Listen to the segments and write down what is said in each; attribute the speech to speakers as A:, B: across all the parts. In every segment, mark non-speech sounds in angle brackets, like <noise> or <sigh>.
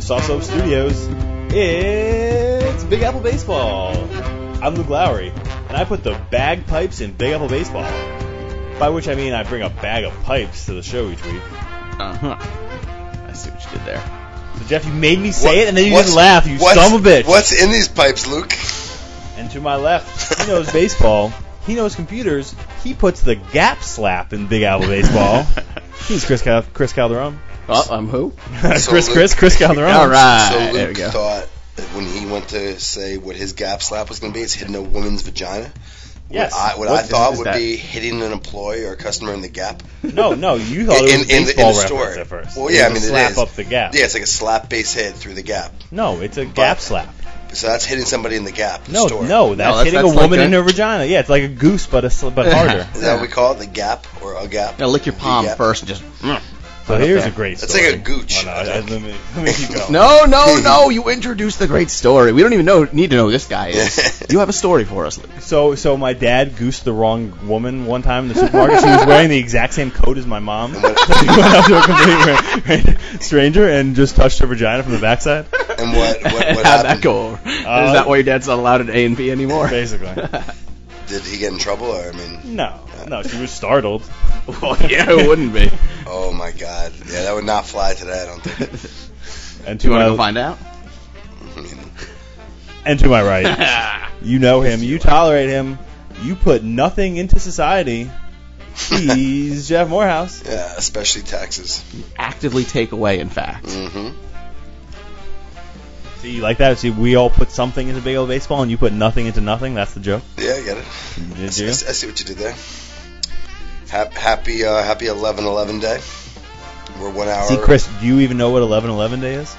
A: Soft Soap Studios. It's Big Apple Baseball. I'm Luke Lowry, and I put the bagpipes in Big Apple Baseball. By which I mean I bring a bag of pipes to the show each week.
B: Uh huh. I see what you did there.
A: So Jeff, you made me say
C: What-
A: it, and then you
C: what's-
A: didn't laugh, you
C: what's-
A: son of a bitch.
C: What's in these pipes, Luke?
A: And to my left, he knows baseball. He knows computers. He puts the gap slap in Big Apple Oh,
B: <laughs>
C: <laughs>
A: Baseball. He's Chris Cal- Chris Calderon.
B: Oh, I'm who?
A: <laughs> Chris,
C: So
A: Chris,
C: Luke-
A: Chris Calderon.
B: All right.
C: so Luke
B: there we go.
C: thought that when he went to say what his gap slap was going to be, it's hitting a woman's vagina.
A: Yes.
C: What I, what
A: What
C: I
A: is
C: thought would
B: that?
C: be hitting an employee or a customer in the gap.
A: No, no, you thought it
C: In-
A: was
C: in the- in
A: baseball
C: the
A: reference
C: store.
A: at first.
C: Well, yeah,
A: It was
C: I mean,
A: a
C: it
A: slap
C: is.
A: up the gap.
C: Yeah, it's like a slap base hit through the gap.
A: No, it's a gap slap.
C: So that's hitting somebody in the gap. the
A: No,
C: store.
A: no, that's,
B: that's-
A: hitting
B: that's
A: a woman
B: like
A: in
B: a-
A: her vagina. Yeah, it's like a goose, but a sl- but harder.
C: Is that what we call it? The gap or a gap?
B: Now lick your
C: The
B: palm
C: gap?
B: first and just.
A: so
B: Okay.
A: here's a great.
C: That's
A: story.
C: like a gooch.
A: Oh, no, I- I- let me, let me
C: Oh.
A: keep going.
B: <laughs> No, no, no! You introduced the great story. We don't even know need to know who this guy is. you have a story for us, Luke.
A: So, so my dad goosed the wrong woman one time in the supermarket. she was wearing the exact same coat as my mom. <laughs> she went up to a complete ra- ra- stranger and just touched her vagina from the backside.
C: And what,
A: <laughs>
C: what,
B: <laughs>
C: what
B: How'd that
C: happened?
B: go? over? is that why your dad's not allowed at A and B anymore?
A: Uh,
B: <laughs>
A: Basically,
C: Did he get in trouble? Or, I mean,
A: no, no, she was startled.
B: well, yeah, it wouldn't be.
C: oh my god. Yeah, that would not fly today, I don't think. <laughs>
A: And to
B: Do you want
A: my
B: to
A: <laughs>
B: go find out?
C: I mean,
A: and to my right,
B: <laughs>
A: you know him, you tolerate him, you put nothing into society. He's Jeff Morehouse.
C: yeah, especially taxes.
B: Actively take away, in fact.
C: Mm-hmm.
A: See, like that. See, we all put something into big old baseball, and you put nothing into nothing. That's the joke.
C: Yeah, I get it. I,
A: Did
C: see-
A: you?
C: I see I see what you did there. Hap- Happy, uh, happy 11-11 day. We're one hour.
A: See, Chris, do you even know what 11-11 day is?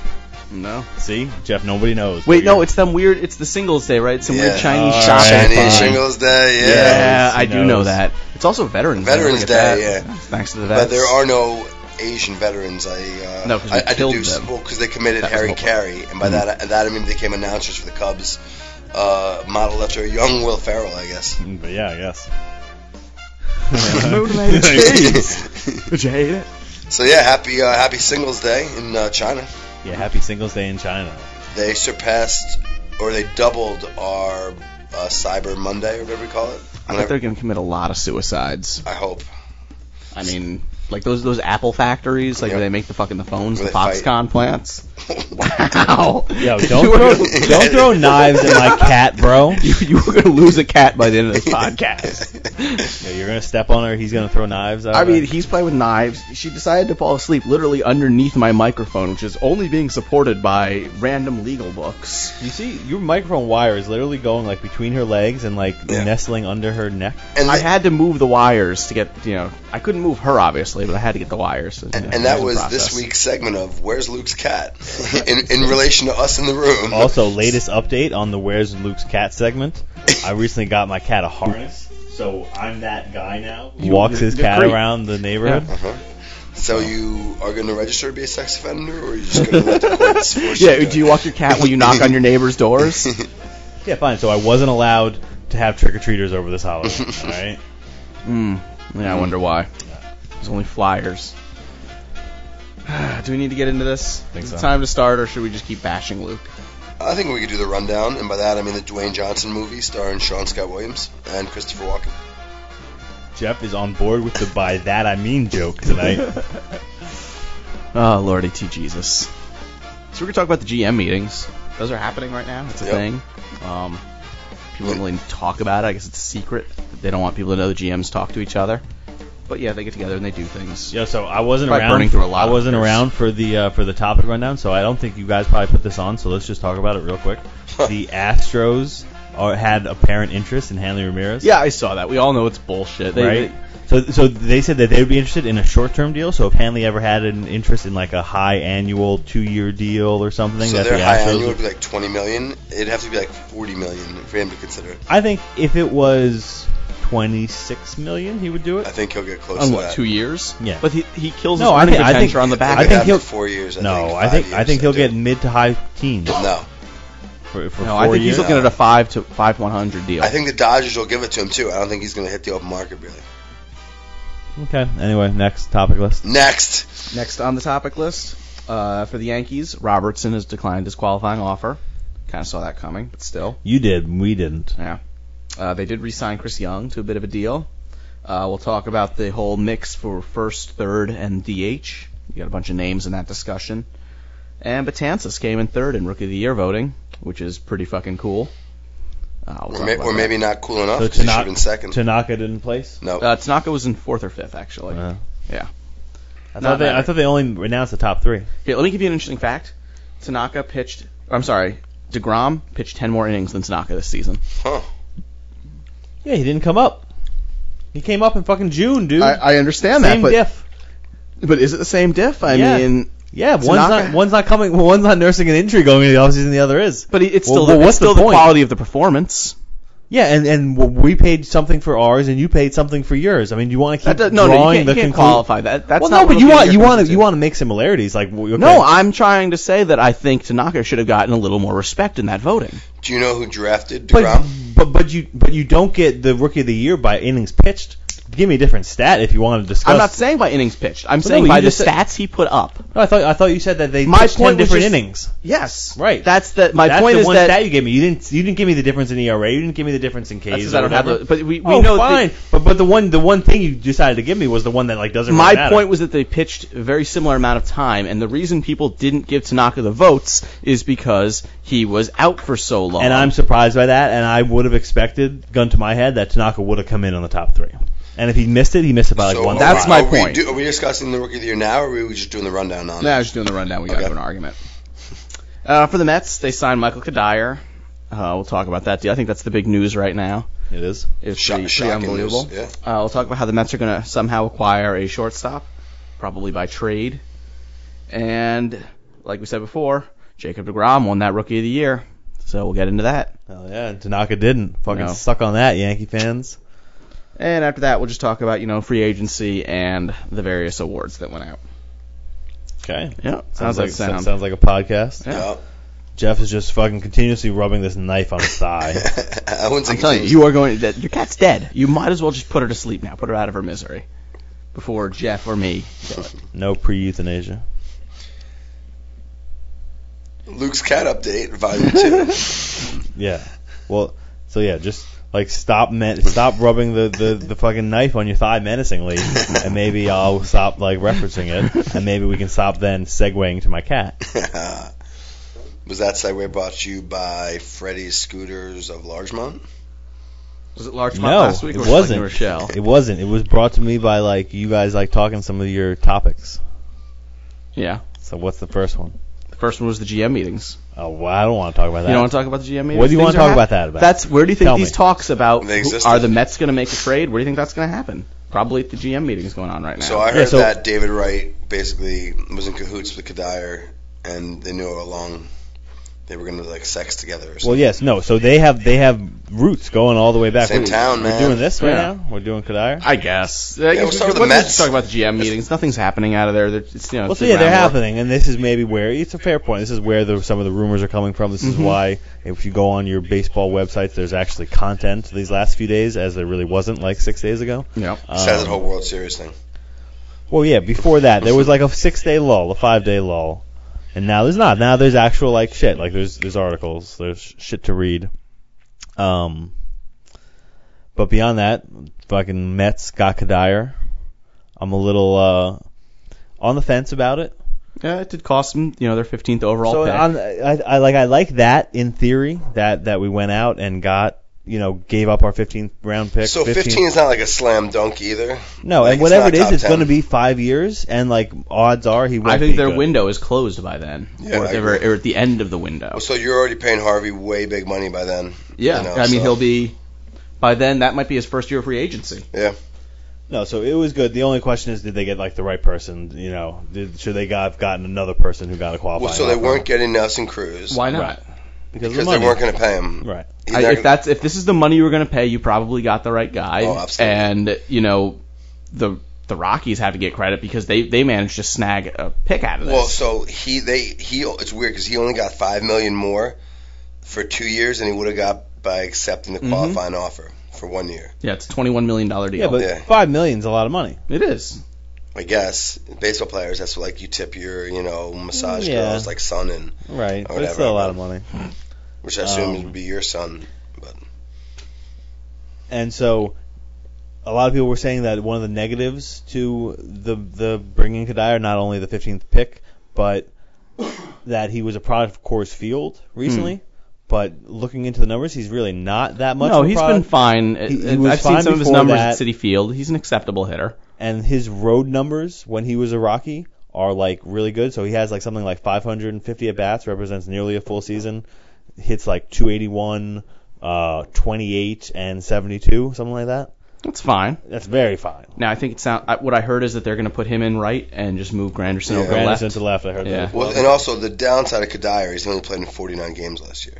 B: No.
A: See, Jeff, nobody knows.
B: Wait,
A: But
B: no,
A: you're-
B: it's some weird. It's the Singles Day, right? Some
C: Yeah. Oh,
B: weird Chinese
A: All
B: shopping.
A: right,
C: Chinese
A: fine.
C: Shingles Day, yeah.
B: Yeah,
A: Yes,
B: I
A: he
B: do know
A: knows.
B: that. It's also Veterans.
C: Veterans
B: Day. I forget
C: Day,
B: that.
C: yeah.
B: Thanks to the vets.
C: But there are no Asian veterans. I uh,
B: No, 'cause we
C: I, I
B: killed
C: deduced,
B: them.
C: Well, because they committed
B: That was Mm-hmm.
C: Harry
B: what we-
C: Carey, and by that and that I mean they became announcers for the Cubs, uh, modeled after a young Will Ferrell, I guess.
A: Mm, But yeah, I guess.
B: <laughs> Moonlight Would you hate it?
C: so yeah, happy uh, happy Singles Day in uh, China.
A: yeah, Happy Singles Day in China.
C: They surpassed or they doubled our uh, Cyber Monday or whatever we call it.
B: I
C: Whenever-
B: bet they're going to commit a lot of suicides.
C: I hope.
B: I mean, like those those Apple factories, like
C: Yep.
B: where they make the fucking the phones,
C: Where
B: the
C: they fight.
B: Foxconn
C: <laughs>
B: plants. Wow.
A: Yo,
B: You
A: don't
B: were
A: throw,
B: gonna-
A: don't
C: <laughs>
A: throw knives at my cat, bro.
B: <laughs> You, you were going to lose a cat by the end of
C: <laughs>
B: this podcast.
A: Yeah, you're gonna step on her. He's gonna throw knives. at
B: I
A: her.
B: mean, he's playing with knives. She decided to fall asleep literally underneath my microphone, which is only being supported by random legal books.
A: you see, your microphone wire is literally going like between her legs and like
C: Yeah.
A: nestling under her neck.
C: <laughs> And
B: I
C: they-
B: had to move the wires to get, you know, I couldn't move her obviously, but I had to get the wires.
C: And, and that was this week's segment of Where's Luke's Cat? in, in relation to us in the room.
A: Also, latest update on the Where's Luke's Cat segment. I recently got my cat a harness, so I'm that guy now. who
B: You-
A: walks his
B: you're
A: cat
B: great.
A: around the neighborhood.
C: Uh-huh. So you are going to register to be a sex offender, or are you just going to let the courts
B: <laughs>
C: force
B: Yeah,
C: you to
B: do you walk your cat when you knock on your neighbor's doors?
A: Yeah, fine. So I wasn't allowed to have trick or treaters over this holiday.
B: <laughs>
A: all right.
B: Hmm. Yeah, I wonder why. There's only flyers. <sighs> do we need to get into this?
A: Think
B: is
A: so.
B: it time to start, or should we just keep bashing Luke?
C: <laughs> I think we could do the rundown, and by that I mean the Dwayne Johnson movie starring Sean Scott Williams and Christopher Walken.
A: Jeff is on board with the by that I mean joke tonight.
B: <laughs> Oh, Lordy T Jesus. So we're gonna talk about the GM meetings. Those are happening right now. It's a
C: Yep.
B: thing. Um, people don't really talk about it. I guess it's a secret. They don't want people to know the GMs talk to each other. But yeah, they get together and they do things.
A: Yeah, so I wasn't
B: Probably
A: around.
B: burning through a lot
A: I
B: of
A: wasn't
B: papers.
A: around for the uh, for the topic rundown, so I don't think you guys probably put this on. So let's just talk about it real quick. the Astros are, had apparent interest in Hanley Ramirez.
B: Yeah, I saw that. We all know it's bullshit. They,
A: right? so, so they said that they would be interested in a short-term deal. So if Hanley ever had an interest in like a high annual two-year deal or something,
C: So
A: that
C: their
A: the
C: high
A: Astros
C: annual
A: would-
C: would be like 20 million. It'd have to be like 40 million for him to consider it.
A: I think if it was twenty-six million, he would do
C: I
A: it.
C: think he'll get close
B: on
C: to
B: what
C: that.
B: two years?
A: Yeah.
B: But he, he kills
A: No,
B: his
A: I
B: earning
A: think- I think-
B: potential on the back.
A: I
C: They'd
A: think
C: have him
A: he'll-
C: for four years. I
A: No,
C: think,
A: I
C: five
A: think
C: years,
A: I think he'll
C: do.
A: get mid to high teens
C: No,
A: for, for four
B: No, I think
A: years.
B: he's looking at a five to five one hundred deal.
C: I think the Dodgers will give it to him too. I don't think he's going to hit the open market really.
A: okay. Anyway, next topic list.
C: Next,
B: next on the topic list. Uh, for the Yankees, Robertson has declined his qualifying offer. Kind of saw that coming, but still.
A: You did, we didn't.
B: Yeah. Uh, they did re-sign Chris Young to a bit of a deal. Uh, we'll talk about the whole mix for first, third, and DH. You got a bunch of names in that discussion. And Batanzas came in third in Rookie of the Year voting, which is pretty fucking cool. Uh, we'll
C: Or,
B: talk
C: may,
B: about
C: or
B: that.
C: maybe not cool enough.
A: So
C: because he should have
A: Tanaka-
C: been second.
A: Tanaka didn't place.
C: no.
B: Uh, Tanaka was in fourth or fifth, actually.
A: Uh,
B: Yeah.
A: I
B: Not
A: thought they, I
B: matter.
A: thought they only announced the top three.
B: Here, let me give you an interesting fact. Tanaka pitched. I'm sorry. Degrom pitched 10 more innings than Tanaka this season.
C: huh.
A: Yeah, he didn't come up. He came up in fucking June, dude.
B: I understand
A: Same diff.
B: but is it the same diff? I
A: Yeah.
B: mean,
A: Yeah, one's
B: Tanaka-
A: not one's not coming. One's not nursing an injury going into the offseason. The other is.
B: but it's
A: Well,
B: still
A: well,
B: the,
A: what's
B: it's still
A: the
B: the,
A: point?
B: quality of the performance.
A: Yeah, and and w- we paid something for ours, and you paid something for yours. I mean, you want to keep
B: That does, no, no, you
A: drawing
B: can't, you
A: the
B: can't
A: conclu-
B: qualify that. That's
A: Well,
B: not
A: no,
B: what
A: but you
B: Rookie of
A: want
B: the
A: you
B: Year
A: want
B: comes
A: to you
B: to.
A: want to make similarities. Like w- okay.
B: No, I'm trying to say that I think Tanaka should have gotten a little more respect in that voting.
C: Do you know who drafted
A: but,
C: Degrom?
A: but but you but you don't get the rookie of the year by innings pitched. Give me a different stat if you want to discuss.
B: I'm not saying by innings pitched. I'm
A: Well,
B: saying
A: no,
B: by
A: you
B: the
A: just said-
B: stats he put up.
A: No, I thought I thought you said that they
B: My
A: pitched
B: point
A: ten
B: was
A: different
B: just-
A: innings.
B: Yes.
A: Right.
B: That's the my
A: That's
B: point
A: the
B: is
A: one
B: that
A: stat you gave me. You didn't you didn't give me the difference in ERA. You didn't give me the difference in Ks.
B: That's 'cause
A: or
B: I don't have
A: whatever.
B: the- but we- we
A: oh,
B: know that-
A: fine. but but the one the one thing you decided to give me was the one that like doesn't.
B: my
A: really matter.
B: point was that they pitched a very similar amount of time, and the reason people didn't give Tanaka the votes is because he was out for so long.
A: and I'm surprised by that. And I would have expected, gun to my head, that Tanaka would have come in on the top three. And if he missed it, he missed it by like
C: So
A: one.
C: are
B: That's
C: we-
B: my
C: are we
B: point.
C: do- are we discussing the rookie of the year now, or are we just doing the rundown on
B: Nah,
C: it?
B: just doing the rundown. We got
C: Okay.
B: into an argument. Uh, for the Mets, they signed Michael Kadire. Uh, we'll talk about that deal. I think that's the big news right now.
A: it is.
B: It's
C: Sho-
B: pretty, pretty
C: shocking news,
B: unbelievable.
C: yeah.
B: Uh, we'll talk about how the Mets are going to somehow acquire a shortstop, probably by trade. And like we said before, Jacob DeGrom won that Rookie of the Year. So we'll get into that.
A: Hell yeah, and Tanaka didn't. Fucking
B: No.
A: suck on that, Yankee fans.
B: And after that, we'll just talk about you know free agency and the various awards that went out.
A: Okay.
B: Yeah,
A: Sounds
B: how's that
A: like
B: sound?
A: sounds like a podcast.
B: Yeah.
C: No.
A: Jeff is just fucking continuously rubbing this knife on his thigh.
C: <laughs>
A: <laughs>
C: I wouldn't say
B: I'm telling you, you are going. That, your cat's dead. You might as well just put her to sleep now. Put her out of her misery before Jeff or me.
A: no pre-euthanasia.
C: Luke's cat update, volume
A: <laughs>
C: two.
A: Yeah. Well, so yeah, just like stop men- stop rubbing the, the, the fucking knife on your thigh menacingly, and maybe I'll stop like referencing it, and maybe we can stop then segueing to my cat.
C: <laughs> Was that segue brought to you by Freddy's Scooters of Largemont?
B: Was it largemouth
A: No,
B: last week
A: it
B: or
A: wasn't.
B: New Rochelle?
A: It wasn't. It was brought to me by like you guys like talking some of your topics.
B: Yeah.
A: So what's the first one?
B: The first one was the GM meetings.
A: Oh, well, I don't want to talk about that.
B: You don't want to talk about the GM meetings?
A: What do you
B: Things
A: want to
B: are
A: talk
B: hap-
A: about that about?
B: That's where do you think
A: Tell
B: these
A: me.
B: talks about
C: They
B: who-
C: existed.
B: are the Mets going to make a trade? Where do you think that's going to happen? Probably at the GM meetings going on right now.
C: So I
A: Yeah,
C: heard
A: so-
C: that David Wright basically was in cahoots with Kadir, and they knew all along they were going to like sex together. Or something.
A: Well, yes, no. So they have they have roots going all the way back.
C: Same
A: We're-
C: town,
A: We're
C: man.
A: doing this right
B: Yeah.
A: now. We're doing Kadir.
B: I guess. I guess we-
C: we'll start with the
B: why don't we
C: Mets.
B: just talk about the GM meetings. Nothing's happening out of there. They're- It's, you know,
A: Well,
B: it's
A: so yeah,
B: around
A: they're
B: work.
A: happening, and this is maybe where it's a fair point. This is where the, some of the rumors are coming from. This is
B: Mhm.
A: why, if you go on your baseball websites, there's actually content these last few days, as there really wasn't like six days ago.
B: Yep.
C: Besides
A: Um,
C: that whole World Series thing.
A: Well, yeah, before that, there was like a six day lull, a five day lull, and now there's not. Now there's actual like shit. Like there's there's articles, there's shit to read. Um, but beyond that, fucking Mets got Kadir. I'm a little uh on the fence about it.
B: Yeah, it did cost them, you know, their 15th overall
A: So
B: pick.
A: on, I, I like I like that in theory that that we went out and got you know gave up our 15th round pick.
C: So 15,
A: 15th
C: is not like a slam dunk either.
A: no,
C: like,
A: and
C: it's
A: whatever
C: not
A: it is,
C: top
A: it's
C: 10.
A: going to be five years, and like odds are he. Won't
B: I think
A: be
B: their
A: good.
B: window is closed by then,
C: Yeah,
B: or,
C: I
B: they were- or at the end of the window.
C: So you're already paying Harvey way big money by then.
B: Yeah,
C: you know,
B: I mean
C: so-
B: he'll be by then. That might be his first year of free agency.
C: Yeah.
A: No, so it was good. The only question is, did they get like the right person? You know, did, should they got, have gotten another person who got a qualifying?
C: Well, so they
A: offer?
C: weren't getting Nelson Cruz
B: Why not?
A: Right. because, of the
C: because they
A: money.
C: weren't going to pay him.
A: Right.
C: He's
B: I,
C: not
B: if
C: gonna-
B: that's if this is the money you were going to pay, you probably got the right guy.
C: Oh, absolutely.
B: And you know the the Rockies have to get credit because they they managed to snag a pick out of this.
C: Well, so he they he it's weird because he only got five million more for two years than he would have got by accepting the qualifying offer for one year.
B: yeah, it's a twenty one million dollar deal.
A: Yeah, but
C: Yeah.
A: five million's a lot of money.
B: it is.
C: I guess baseball players. That's like you tip your, you know, massage
A: Yeah.
C: girls like son and
A: Right, but it's
C: Whatever.
A: still a lot of money.
C: which I assume
A: Um,
C: would be your son.
A: And so, a lot of people were saying that one of the negatives to the the bringing Kadai are not only the 15th pick, but that he was a product of Coors Field recently. But looking into the numbers, he's really not that much.
B: Hmm. no,
A: of a
B: he's been
A: product.
B: fine.
A: He- he
B: I've
A: was
B: seen
A: fine
B: some of his
A: before
B: numbers
A: that.
B: at City Field. He's an acceptable hitter.
A: and his road numbers when he was a Rocky are like really good. So he has like something like 550 at bats, represents nearly a full season, hits like 281, uh, 28, and 72, something like that.
B: That's fine.
A: That's very fine.
B: Now I think it sound I- what I heard is that they're going to put him in right and just move Granderson
C: Yeah.
B: over
A: Granderson
B: left.
A: to left, I heard
B: Yeah.
A: that. as
C: Well,
A: well.
C: and also the downside of Kadir is he only played in 49 games last year.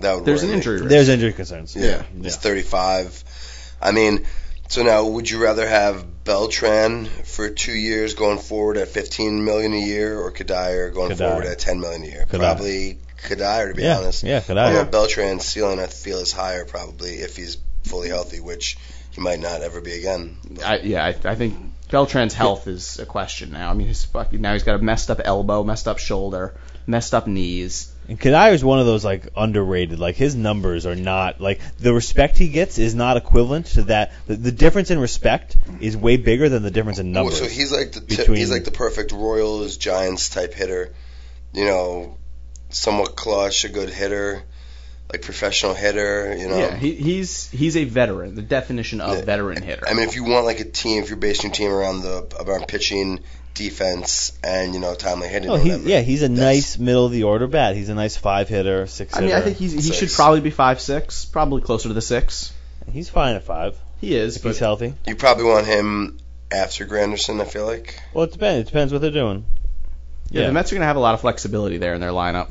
C: That would
B: There's
C: worry
B: an
C: me.
B: injury risk.
A: There's injury concerns.
C: Yeah,
A: Yeah.
C: he's 35. I mean, so now would you rather have Beltran for two years going forward at 15 million a year, or Kadir going
A: Kadir.
C: forward at 10 million a year?
A: Kadir.
C: Probably Kadir, to be
A: Yeah,
C: honest.
A: yeah, Kadir.
C: Although Beltran's ceiling, I feel, is higher probably if he's fully healthy, which he might not ever be again.
B: I, yeah, I, I think Beltran's health is a question now. I mean, he's fucking now he's got a messed up elbow, messed up shoulder, messed up knees.
A: And Kadai is one of those like underrated. Like his numbers are not like the respect he gets is not equivalent to that. The, the difference in respect is way bigger than the difference in
C: Well,
A: numbers.
C: Oh, so he's like the ti-
A: between-
C: he's like the perfect Royals Giants type hitter, you know, somewhat clutch, a good hitter, like professional hitter, you know.
B: Yeah, he, he's he's a veteran, the definition of
C: Yeah.
B: veteran hitter.
C: I mean, if you want like a team, if you're basing your team around the around pitching, defense, and you know timely hitting,
A: Oh,
C: or
A: he,
C: whatever,
A: yeah, he's a
C: that's-
A: nice middle of the order bat. He's a nice five hitter, six
B: I mean,
A: hitter.
B: I think he's, he
C: Six.
B: should probably be five six, probably closer to the six.
A: he's fine at five
B: He is,
A: if
B: but
A: he's healthy.
C: You probably want him after Granderson. I feel like.
A: Well, it depends. It depends what they're doing.
B: yeah,
A: yeah.
B: the Mets are going to have a lot of flexibility there in their lineup.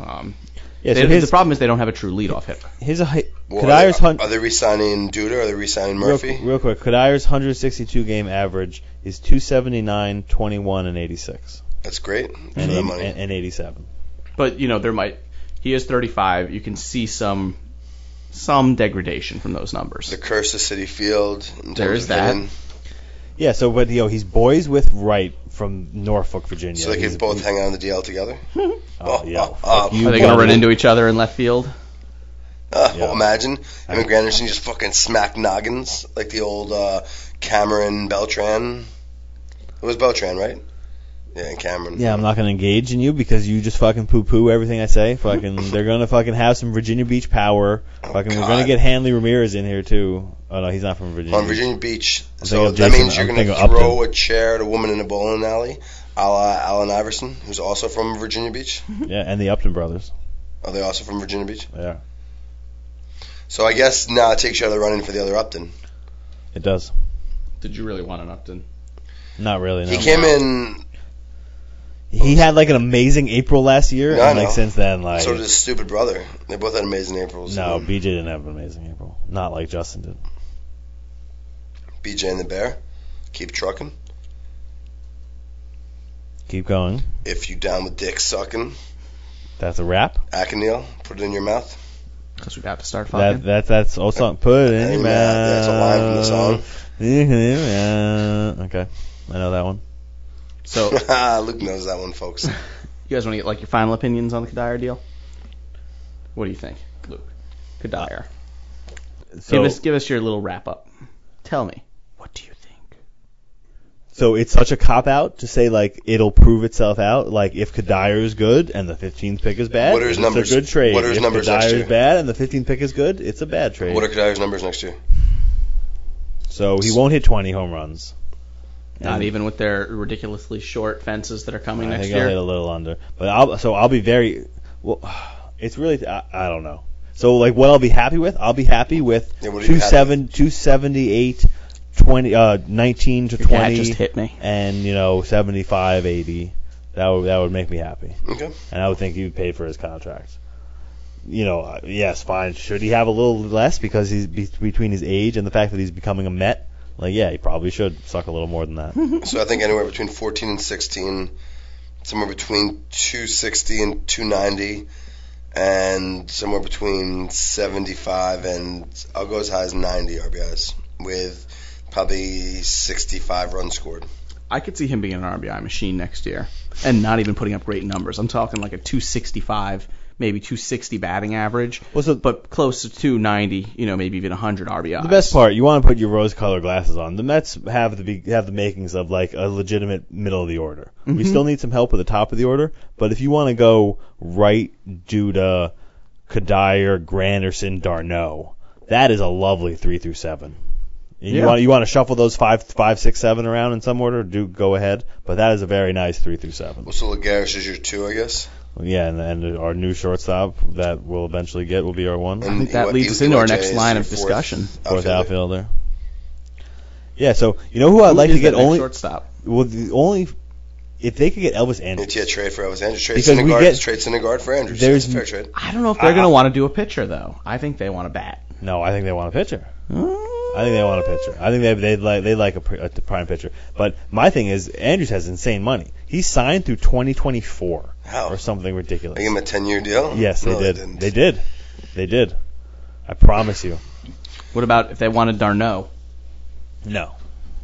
B: Um,
A: Yeah,
B: they-
A: so
B: the
A: his
B: problem is they don't have a true leadoff hitter.
A: his hi-
C: Well,
A: Kadir's
C: are,
A: hun-
C: they, are they re-signing Duda? Are they re-signing
A: real,
C: Murphy?
A: real quick. Kadir's 162 game average is 279, 21, and 86,
C: That's great.
A: and,
C: for the
A: eight-
C: money.
A: and, and 87.
B: But you know, there might he is 35. You can see some some degradation from those numbers.
C: the curse of City Field. in
B: There
C: terms
B: is
C: of
B: that.
C: hitting.
A: Yeah, so but you know he's boys with Wright from Norfolk, Virginia.
C: So they
A: He's-
C: could both hang out on the DL
A: <laughs>
C: together.
A: Oh, yeah.
C: <laughs> up,
A: fuck
C: up.
A: you,
B: Are they going to
A: buddy.
B: run into each other in left field?
C: Uh,
A: Yeah.
C: well, imagine him
A: Alright.
C: and Granderson just fucking smack noggins like the old uh, Cameron Beltran. It was Beltran, right? Yeah, and Cameron.
A: Yeah, I'm not gonna engage in you because you just fucking poo poo everything I say. Fucking, they're gonna fucking have some Virginia Beach power. Fucking, we're gonna
C: Oh, God.
A: get Hanley Ramirez in here too. Oh no, he's not from Virginia.
C: on Virginia Beach.
A: thinking
C: So
A: of
C: that
A: Jason.
C: means you're
A: I'm
C: going
A: thinking
C: to
A: of
C: throw a chair at a woman in a bowling alley, a la Allen Iverson, who's also from Virginia Beach.
A: Yeah, and the Upton brothers.
C: Are they also from Virginia Beach?
A: Yeah,
C: So I guess now it takes you out of the running for the other Upton.
A: it does.
B: Did you really want an Upton?
A: Not really. No.
C: He came in,
A: He had like an amazing April last year,
C: No, I
A: and like
C: know.
A: since then, like
C: so did his stupid brother. They both had amazing Aprils.
A: no,
C: B-
A: BJ didn't have an amazing April. Not like Justin did.
C: BJ and the Bear. Keep trucking.
A: Keep going.
C: If you down with dick sucking,
A: That's a wrap.
C: Akinil, put it in your mouth.
B: Because we have to start fucking.
A: That <laughs> that that's all song. Put it in your
C: Hey,
A: mouth.
C: man, Oh, that's a line from
A: <laughs>
C: the song.
A: song. okay, I know that one.
C: <laughs>
B: So you
C: Ah, Luke knows that one, folks.
B: guys want to get like your final opinions on the Kadir deal? What do you think, Luke? Uh, Kadir.
A: So,
B: give us give us your little wrap up. Tell me, what do you think?
A: so it's such a cop out to say like it'll prove itself out. Like if Kadir is good and the 15th pick is bad,
C: What are his
A: it's
C: numbers?
A: a good trade.
C: What are his
A: if
C: numbers
A: Kadir
C: next
A: is
C: year?
A: bad and the 15th pick is good, it's a bad trade.
C: what are Kadir's numbers next year?
A: so he won't hit 20 home runs.
B: Not
A: And
B: even with their ridiculously short fences that are coming
A: I
B: next
A: think
B: year.
A: I'll hit a little under, but I'll so I'll be very. Well, <sighs> it's really I, I don't know. So like what I'll be happy with, I'll be happy with
C: Yeah, what are you
A: two seven two seventy eight. 20, uh, 19 to
B: Your cat
A: 20
B: just hit me.
A: and you know 75 80 that would that would make me happy
C: Okay.
A: and I would think he would pay for his contract. You know, uh, yes, fine. Should he have a little less because he's be- between his age and the fact that he's becoming a Met? Like, yeah, he probably should suck a little more than that.
B: <laughs>
C: So I think anywhere between 14 and 16, somewhere between 260 and 290, and somewhere between 75 and I'll go as high as 90 RBIs with probably 65 runs scored.
B: I could see him being an RBI machine next year and not even putting up great numbers. I'm talking like a 265, maybe 260 batting average,
A: What's the,
B: but close to 290, you know, maybe even 100 RBI.
A: the best part? You want to put your rose-colored glasses on. The Mets have the be, have the makings of like a legitimate middle of the order. We
B: Mhm.
A: still need some help at the top of the order, but if you want to go right, Duda, Kadir, Granderson, Darno, that is a lovely three through seven. And You
B: Yeah.
A: want you want to shuffle those five, five, six, seven around in some order? Do go ahead, but that is a very nice three through seven.
C: Well, so Lagares is your two, I guess.
A: Yeah, and, and our new shortstop that we'll eventually get will be our one
C: And E
B: I think that
C: Eli-
B: leads us
C: Eli-
B: into our
C: Elijah
B: next
C: is
B: line
C: your
B: of discussion.
A: fourth
C: outfielder.
A: outfielder. Yeah, so you know who I'd
B: Who
A: like
B: is
A: to get
B: that next
A: only
B: shortstop.
A: well the only if they could get Elvis
C: It's
A: Andrews.
C: yeah, E trade for Elvis Andrews. Trade
A: Because we
C: Syndergaard.
A: get-
C: trade Syndergaard for Andrews.
A: There's-
C: That's a fair trade.
B: I don't know if they're
A: I-
B: going to want to do a pitcher though. I think they want a bat.
A: No, I think they want a pitcher. I think they want a pitcher. I think they they like they like a, pr- a prime pitcher. But my thing is Andrews has insane money. He signed through 2024
C: How?
A: or something ridiculous.
C: They gave him a ten-year deal.
A: Yes, they
C: No,
A: did.
C: didn't.
A: They did. They did. I promise you.
B: What about if they wanted Darno?
A: No.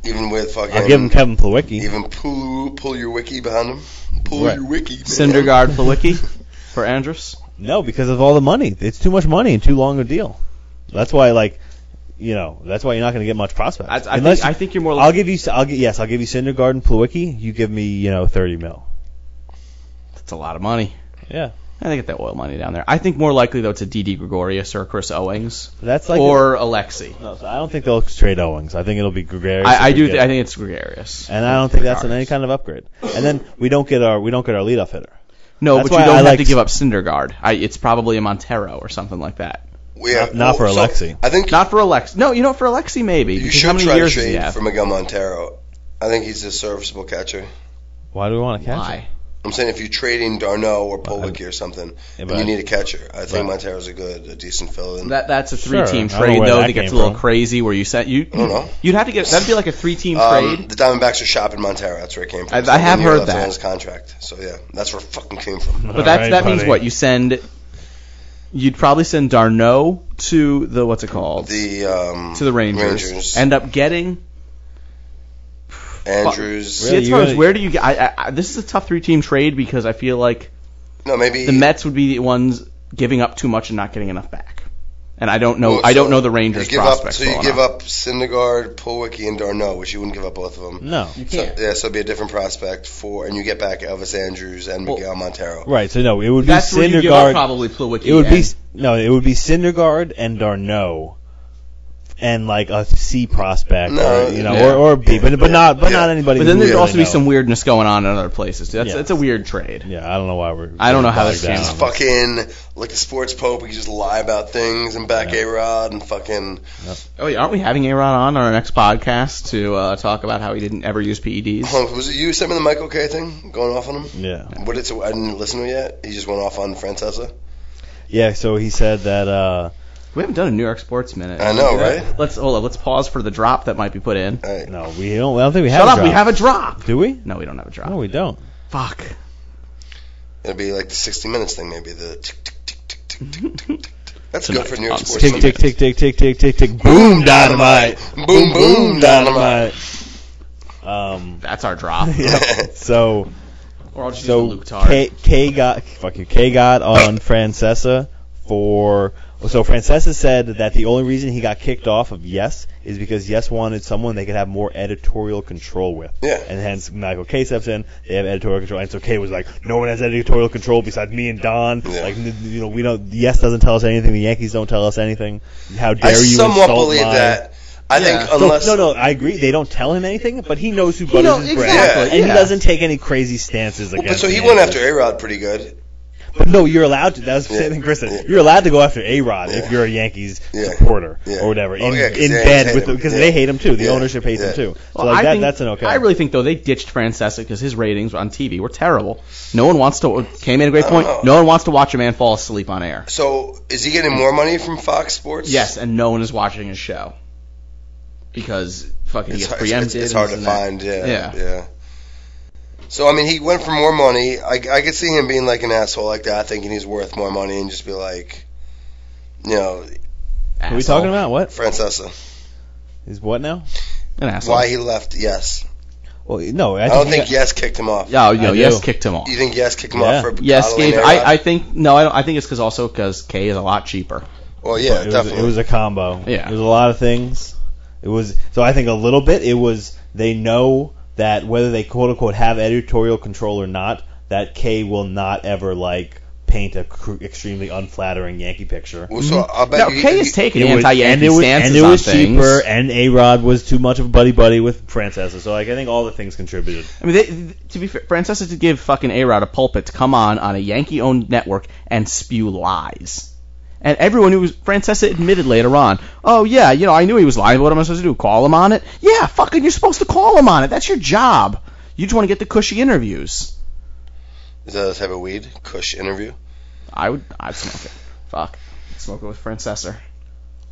C: Even with fucking.
A: I'll give him Kevin Plawicki.
C: Even pull pull your wiki behind him. Pull
A: Right.
C: your wiki. man.
B: Syndergaard, Plawicki <laughs> for Andrus?
A: No, because of all the money. It's too much money and too long a deal. That's why, like, you know, that's why you're not going to get much prospects.
B: I, I,
A: Unless
B: think, I think you're more.
A: I'll give you, I'll get, yes, I'll give you Syndergaard and Plawicki. You give me, you know, 30 mil.
B: That's a lot of money.
A: Yeah.
B: I think get that oil money down there. I think more likely though it's a DD Gregorius or Chris Owings
A: That's like,
B: or Alexi.
A: no, so I don't think they'll trade Owings. I think it'll be Gregarious. if
B: I, I
A: we
B: do.
A: get
B: Th-
A: him.
B: I think it's Gregarious.
A: and I don't think that's an, any kind of upgrade. And then we don't get our, we don't get our leadoff hitter.
B: No,
A: That's
B: but
A: why
B: you don't
A: I
B: have
A: like-
B: to give up Syndergaard. I, it's probably a Montero or something like that.
C: We have-
A: Not- not
C: well,
A: for
C: so
A: Alexi.
C: I think
B: Not for Alexi. No, you know for Alexi maybe.
C: you
B: because how
C: should
B: many
C: try to
B: years does he
C: trade
B: have?
C: for Miguel Montero. I think he's a serviceable catcher.
A: Why do we want to catch him?
B: Why?
C: I'm saying if you're trading Darno or Polwick or something,
A: Yeah,
C: then
A: but
C: you
A: I-
C: need a catcher. I think
A: Right.
C: Montero's a good, a decent fill in.
B: That that's a three-team
A: Sure, I don't know
B: trade
A: where
B: though.
A: that
B: That gets a
A: came
B: little
A: from.
B: crazy where you sent you.
C: I don't know.
B: You'd have to get that'd be like a three-team
C: Um,
B: trade.
C: the Diamondbacks are shopping Montero. That's where it came from.
B: I-
C: It's
B: I
C: like
B: have
C: one year
B: heard
C: left on
B: that.
C: his contract. So yeah, that's where it fucking came from.
B: <laughs> But that's, that means what you send. You'd probably send Darno to the what's it called
C: The um,
B: to the Rangers.
C: Rangers.
B: End up getting
C: Andrews.
B: See,
A: Really?
B: that's
A: you
B: what I was-
A: really-
B: where do you get? I, I, I, this is a tough three-team trade because I feel like
C: No, maybe
B: the Mets would be the ones giving up too much and not getting enough back. And I don't know.
C: Well,
B: I don't
C: so
B: know the
C: you
B: Rangers
C: give up.
B: prospects.
C: So you
B: well
C: give
B: enough.
C: up Syndergaard, Polwick, and Darno, which you wouldn't give up both of them.
A: No.
B: You
C: So,
B: can't.
C: yeah, so it'd be a different prospect for, and you get back Elvis Andrews and
B: Well-
C: Miguel Montero.
A: Right. So no, it would be
B: that's where you give up
A: Syndergaard.
B: probably Plawicki.
A: It would be
B: and-
A: no, it would be Syndergaard and Darno, and like a C prospect,
C: No,
A: or, you know,
B: yeah.
A: or, or B, but but not but
C: Yeah.
A: not anybody.
B: but then
A: who
B: there'd
A: we
B: also
A: really
B: be some
A: know.
B: weirdness going on in other places. Too. That's
A: Yeah.
B: that's a weird trade.
A: Yeah, I don't know why we're.
B: I don't know how
A: we're
B: this
A: bogged
B: came
A: down.
B: up.
C: Fucking like the sports pope, we can just lie about things and back
A: Yeah.
C: A Rod and fucking.
B: Oh, yeah, aren't we having Aaron on our next podcast to uh, talk about how he didn't ever use E PEDs?
C: Hold on, um, Was it you who sent me the Michael K thing going off on him?
A: Yeah,
C: What it's I didn't listen to it yet. He just went off on Francesa.
A: yeah. So he said that. uh
B: We haven't done a New York Sports Minute.
C: I know, right?
B: Let's hold on. Let's pause for the drop that might be put in.
C: All right.
A: No, we don't. I don't think we have.
B: Shut
A: a
B: up. We
A: drop.
B: have a drop.
A: Do we?
B: No, we don't have a drop.
A: No, we don't.
B: Fuck.
C: It'll be like the 60 minutes thing, maybe the tick tick tick tick tick tick tick. tick. That's
B: It's a
C: good for
B: nice
C: New York
B: concept.
C: sports.
A: Tick tick tick tick tick tick tick tick. Boom dynamite.
C: Boom boom dynamite.
A: Um. <laughs>
B: That's our drop.
A: So.
B: Or I'll just
A: So
B: use a Luctard.
A: K, K got fuck you. K got on Francesa for so Francesa said that the only reason he got kicked off of Yes is because Yes wanted someone they could have more editorial control with,
C: Yeah.
A: and hence Michael K steps in. They have editorial control, and so K was like, no one has editorial control besides me and Don.
C: Yeah.
A: Like n- you know, we don't. Yes doesn't tell us anything. The Yankees don't tell us anything. How dare
C: I
A: you
C: somewhat
A: insult
C: believe
A: my-
C: that. I
B: Yeah.
C: think
B: So,
A: So,
C: unless
A: no, no, I agree. They don't tell him anything, but he knows who
B: know-
A: butters his bread,
B: exactly,
A: and he
B: yeah.
A: doesn't take any crazy stances
C: Well, but
A: against.
C: so he
A: the
C: went
A: Yankees.
C: after A Rod pretty good.
A: But <laughs> no, you're allowed to. That's the
C: Yeah.
A: same thing Chris said.
C: Yeah.
A: You're allowed to go after A Rod
C: Yeah.
A: if you're a Yankees
C: Yeah.
A: supporter
C: Yeah.
A: or whatever.
C: Oh,
A: In,
C: yeah, 'cause
A: in
C: the Yankees
A: bed
C: hate
A: with
C: him.
A: because
C: Yeah.
A: they hate him too. The
C: Yeah.
A: ownership hates
C: Yeah.
A: him too. So
B: Well,
A: like
B: I
A: that,
B: think,
A: that's an okay.
B: I really think though they ditched Francesa because his ratings on TV were terrible. No one wants to. K made a great
C: I
B: point.
C: don't know.
B: No one wants to watch a man fall asleep on air.
C: So is he getting more money from Fox Sports?
B: Yes, and no one is watching his show because fucking E he
C: It's,
B: gets
C: hard, it's,
B: preempted.
C: it's
B: and
C: hard to
B: this and that.
C: find. Yeah,
B: Yeah.
C: yeah. So I mean, he went for more money. I, I could see him being like an asshole like that, thinking he's worth more money, and just be like, you know,
A: Are we
B: Asshole.
A: talking about what
C: Francesa,
A: is what now?
B: An asshole.
C: why he left? Yes.
A: Well, no, I,
C: I
A: think
C: don't
A: he
C: think
A: got-
C: Yes kicked him off.
B: Yeah, oh, you
A: I
B: know, yes
A: do.
B: kicked him off.
C: You think Yes kicked him
A: Yeah.
C: off for
B: Yes
C: coddling
B: gave.
C: Arod?
B: I, I think no. I, don't, I think it's because also because K is a lot cheaper.
C: well, yeah,
A: it was,
C: definitely.
A: it was a combo.
B: Yeah.
A: It was a lot of things. It was so I think a little bit it was they know that whether they quote unquote have editorial control or not, that K will not ever like paint a cr- extremely unflattering Yankee picture.
C: Well, so I'll bet
B: No,
C: you-
B: K
C: you-
B: is taking
A: It was- and
B: anti-Yankee
A: it was,
B: stances
A: and it was
B: on things.
A: cheaper, and A Rod was too much of a buddy buddy with Francesa. So like I think all the things contributed.
B: I mean, they, to be fair, Francesa did give fucking A-Rod a pulpit to come on on a Yankee-owned network and spew lies. And everyone who was Francesa admitted later on, oh yeah, you know, I knew he was lying. But what am I supposed to do? Call him on it? Yeah, fucking, you're supposed to call him on it. That's your job. You just want to get the cushy interviews.
C: Is that a type of weed? Kush interview.
B: I would, I'd smoke it. Fuck, smoke it with Francesa.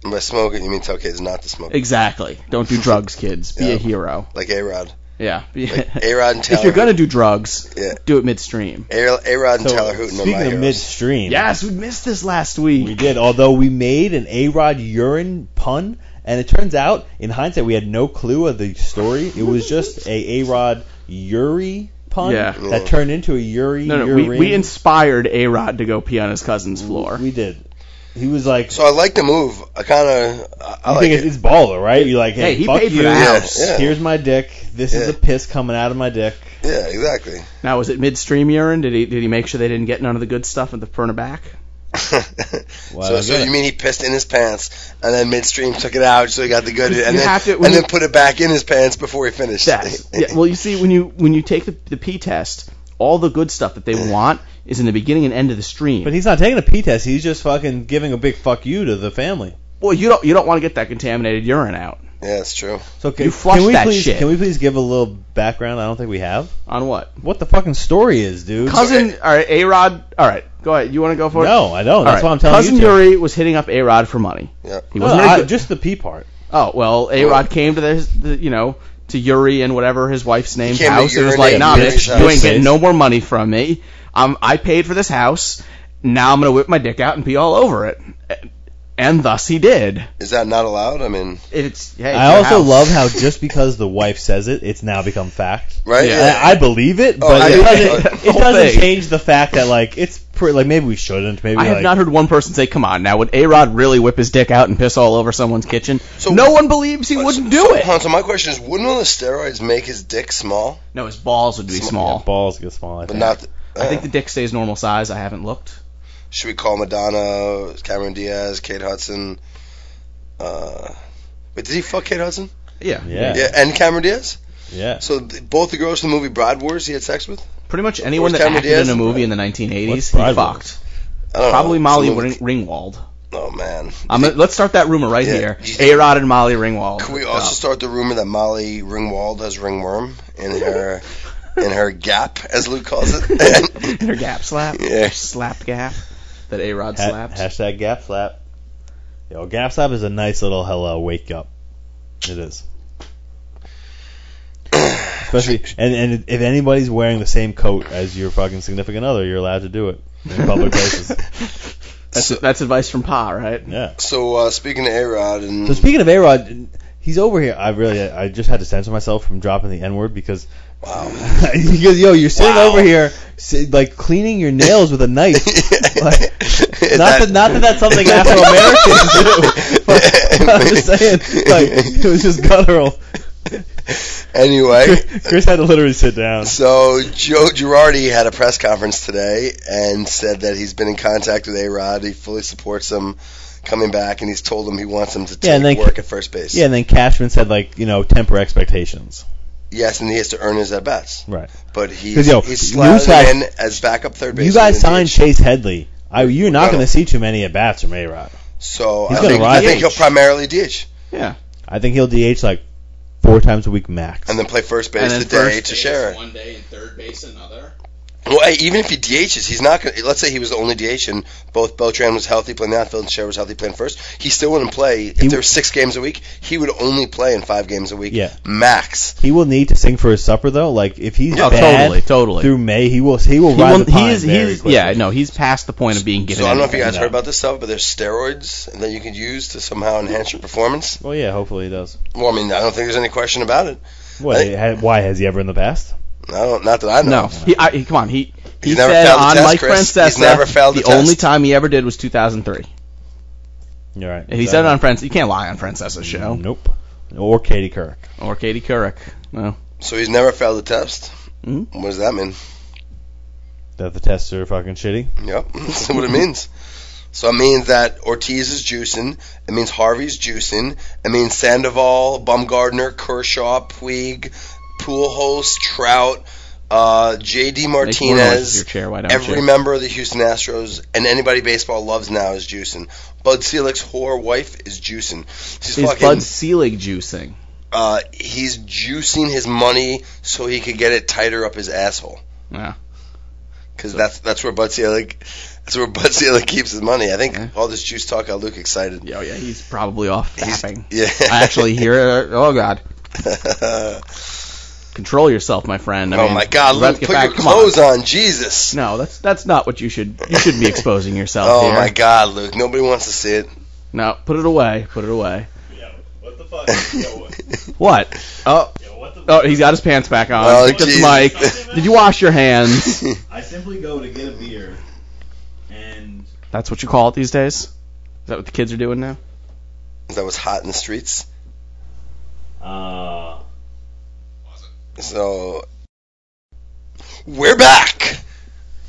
C: And by smoke it, you mean tell kids not to smoke.
B: Exactly. Don't do drugs, kids. Be
C: Yeah.
B: a hero.
C: Like
B: <laughs>
C: A Rod.
B: Yeah. Be-
C: A Rod and
B: <laughs>
C: Taylor.
B: if you're gonna do drugs,
C: Yeah.
B: do it midstream.
C: A Rod and
A: So,
C: Tyler Hooten are
A: speaking
C: my
A: of
C: heroes.
A: midstream,
B: Yes, we missed this last week.
A: We did, although we made an A Rod urine pun, and it turns out, in hindsight, we had no clue of the story. It was just a A Rod Yuri pun
B: Yeah.
A: that turned into a Yuri
B: No, no, we,
A: urine.
B: we inspired A Rod to go pee on his cousin's floor.
A: We did. He was like,
C: so I like the move. I kind of I, I
A: you
C: like
A: think
C: it.
A: it's, it's baller, right? You're like, hey,
B: Hey, he
A: fuck
B: paid for
A: you.
B: the
C: Yeah, house. yeah.
A: Here's my dick. This is the
C: Yeah.
A: piss coming out of my dick.
C: yeah,
B: <laughs>
C: exactly.
B: now, was it midstream urine? Did he did he make sure they didn't get none of the good stuff in the front or back?
A: Wow,
C: so
A: that's
C: so
A: good.
C: you mean he pissed in his pants and then midstream took it out so he got the good
B: You
C: and then
B: have to-
C: and
B: when
C: then
B: you-
C: put it back in his pants before he finished. <laughs>
B: Yes. yeah. Well, you see, when you when you take the, the pee test, all the good stuff that they want is in the beginning and end of the stream.
A: But he's not taking a pee test. He's just fucking giving a big fuck you to the family.
B: well, you don't you don't want to get that contaminated urine out
C: yeah, it's true.
A: So can,
B: You flush
A: can we
B: that
A: please
B: shit.
A: can we please give a little background? I don't think we have.
B: on what
A: What the fucking story is, dude?
B: cousin? All right, A Rod. All right, go ahead. You want to go for it?
A: No, I don't.
B: All
A: That's
B: right,
A: why I'm telling
B: cousin
A: you. to.
B: Yuri was hitting up A Rod for money.
C: Yeah.
B: He
A: No,
B: wasn't very
A: I-
B: good-
A: just the P part.
B: Oh well, A Rod came to the, the you know to Yuri and whatever his wife's name's
C: came to
B: house and was
C: Yuri
B: like,
C: and
B: "Nah,
C: Yuri's
B: bitch,
C: house.
B: you ain't getting no more money from me. Um, I paid for this house. Now I'm gonna whip my dick out and be all over it." And thus he did.
C: Is that not allowed? I mean,
B: It's hey,
A: I
B: your
A: also
B: house.
A: love how just because the wife says it, it's now become fact.
C: right?
B: Yeah. Oh,
A: And I believe it, but
C: I
A: it
C: do.
A: doesn't,
B: The
A: it
B: whole
A: doesn't
B: thing.
A: change the fact that like it's pretty, like maybe we shouldn't. Maybe
B: I have
A: like,
B: not heard one person say, "Come on, now would A Rod really whip his dick out and piss all over someone's kitchen?"
C: So-
B: no one believes he wouldn't do
C: so,
B: it.
C: hon, So my question is, wouldn't all the steroids make his dick small?
B: No, his balls would be
A: Yeah,
B: small.
A: balls get small. I
C: But
A: think.
C: not. The,
B: I think the dick stays normal size. I haven't looked.
C: should we call Madonna, Cameron Diaz, Kate Hudson? Uh, wait, did he fuck Kate Hudson?
B: Yeah.
A: Yeah.
C: Yeah, and Cameron Diaz.
A: yeah.
C: So th- both the girls in the movie Bride Wars he had sex with.
B: Pretty much anyone
C: Where's
B: that
C: Cameron
B: acted
C: Diaz?
B: in a movie in the 1980s,
A: What's
B: he
A: Broadway?
B: fucked.
C: I don't
B: Probably
C: know.
B: Molly
C: Some movie-
B: Ring- Ringwald.
C: Oh man.
B: I'm gonna- let's start that rumor right
C: Yeah.
B: here.
C: You think-
B: A Rod and Molly Ringwald.
C: Can we
B: hooked <laughs>
C: also
B: up.
C: start the rumor that Molly Ringwald has ringworm in her in her gap, as Luke calls
B: <laughs>
C: it?
B: her gap slap?
C: <laughs> Yeah.
B: Slap gap? That A Rod
A: Ha-
B: slapped?
A: hashtag gap slap. Yo, gap slap is a nice little hello wake up. It is. Especially, and, and if anybody's wearing the same coat as your fucking significant other, you're allowed to do it in public places.
B: <laughs> that's, that's advice from Pa, right?
A: Yeah.
C: so uh, speaking of A Rod and
A: So speaking of A Rod, he's over here. I really, I just had to censor myself from dropping the N word because,
C: wow,
A: <laughs> because yo, you're sitting
C: Wow.
A: over here, si- like cleaning your nails with a
C: <laughs>
A: knife. Like, not that, not that that's something Afro Americans do.
C: <laughs>
A: but I'm just saying, like it was just guttural.
C: <laughs> anyway.
A: Chris had to literally sit
C: <laughs>
A: down.
C: So Joe Girardi had a press conference today and said that he's been in contact with A Rod. He fully supports him coming back, and he's told him he wants him to take
A: Yeah, and then-
C: work at first base.
A: Yeah, and then Cashman said like, you know, temper expectations.
C: Yes, and he has to earn his at bats.
A: Right.
C: But
A: 'Cause,
C: he's
A: yo,
C: he's slotted
A: newsflash-
C: in as backup third base.
A: you guys signed Chase Headley. I, you're not
C: Well-
A: going to see too many at bats from A Rod.
C: so
A: He's
C: I
A: gonna
C: think,
A: ride
C: I think
A: DH.
C: he'll primarily DH
B: Yeah.
A: I think he'll DH like four times a week max.
C: and then play first
B: And
C: base
B: then
C: the day
B: first
C: to share.
D: One day and third base another.
C: Well, hey, even if he DHs, he's not going to. Let's say he was the only DH and both Beltran was healthy playing the outfield and Scher was healthy playing first. He still wouldn't play. If
A: He-
C: there were six games a week, he would only play in five games a week
A: Yeah.
C: max.
A: He will need to sing for his supper though. Like if he's
B: Oh,
A: bad
B: totally, totally.
A: through May, he will he will
B: He,
A: rise
B: won't-
A: the pine
B: he is, he
A: very
B: is,
A: quickly.
B: yeah, no, he's past the point of being given.
C: So I don't know if you guys
A: No.
C: heard about this stuff, but there's steroids that you could use to somehow enhance your performance.
A: Well, Oh, yeah. Hopefully he does.
C: Well, I mean, I don't think there's any question about it.
A: What?
C: I-
A: ha- why has he ever in the past?
C: I don't, not that I know.
B: No, he, I, he, come on, he he
C: He's never
B: said
C: failed the
B: on
C: test,
B: Mike
C: Chris. He's
B: Francesa,
C: never failed the
B: the only
C: test.
B: time he ever did was 2003.
A: You're right.
B: And he said it on Francesa. You can't lie on Francesa's show
A: Nope. Or Katie Kirk.
B: or Oh, Katie Couric. No,
C: So he's never failed a test.
B: Mhm.
A: Mm-hmm.
C: What does that mean?
A: That the tests are fucking shitty.
C: Yep, <laughs> that's what it means. So it means that Ortiz is juicing. It means Harvey's juicing. It means Sandoval, Bumgardner, Kershaw, Puig, Pujols, Trout, uh, J.D.
B: Make more noise with your
C: Martinez.
B: chair. Why don't
C: Every
B: you?
C: member of the Houston Astros and anybody baseball loves now is juicing. Bud Selig's whore wife is juicing. She's
B: Is
C: fucking.
B: Bud Selig juicing?
C: uh, he's juicing his money so he could get it tighter up his asshole.
B: Yeah.
C: Because that's that's where Bud Selig, that's where Bud Selig keeps his money. I think
B: Yeah.
C: all this juice talk got Luke excited.
B: Yeah, oh, yeah, he's probably off
C: He's-
B: fapping.
C: Yeah.
B: I actually hear it. Oh God,
C: <laughs> oh
B: control yourself, my friend. I mean,
C: my God,
B: we're about to
C: Luke,
B: get
C: put
B: back-
C: your
B: come on.
C: clothes on, Jesus.
B: No, that's that's not what you should you
C: <laughs>
B: shouldn't be exposing yourself
C: Oh
B: here.
C: my God, Luke, nobody wants to see it.
B: No, put it away. Put it away.
A: Yeah. What the fuck?
B: What? Oh,
A: what
B: <laughs>
A: the
B: oh, he's got his pants back on.
C: Oh,
B: Picked up the
C: geez. <laughs>
B: mic. Did you wash your hands?
A: I simply go to get a beer, and
B: That's what you call it these days. Is that what the kids are doing now?
C: <laughs> that was hot in the streets.
A: uh,
C: So we're back.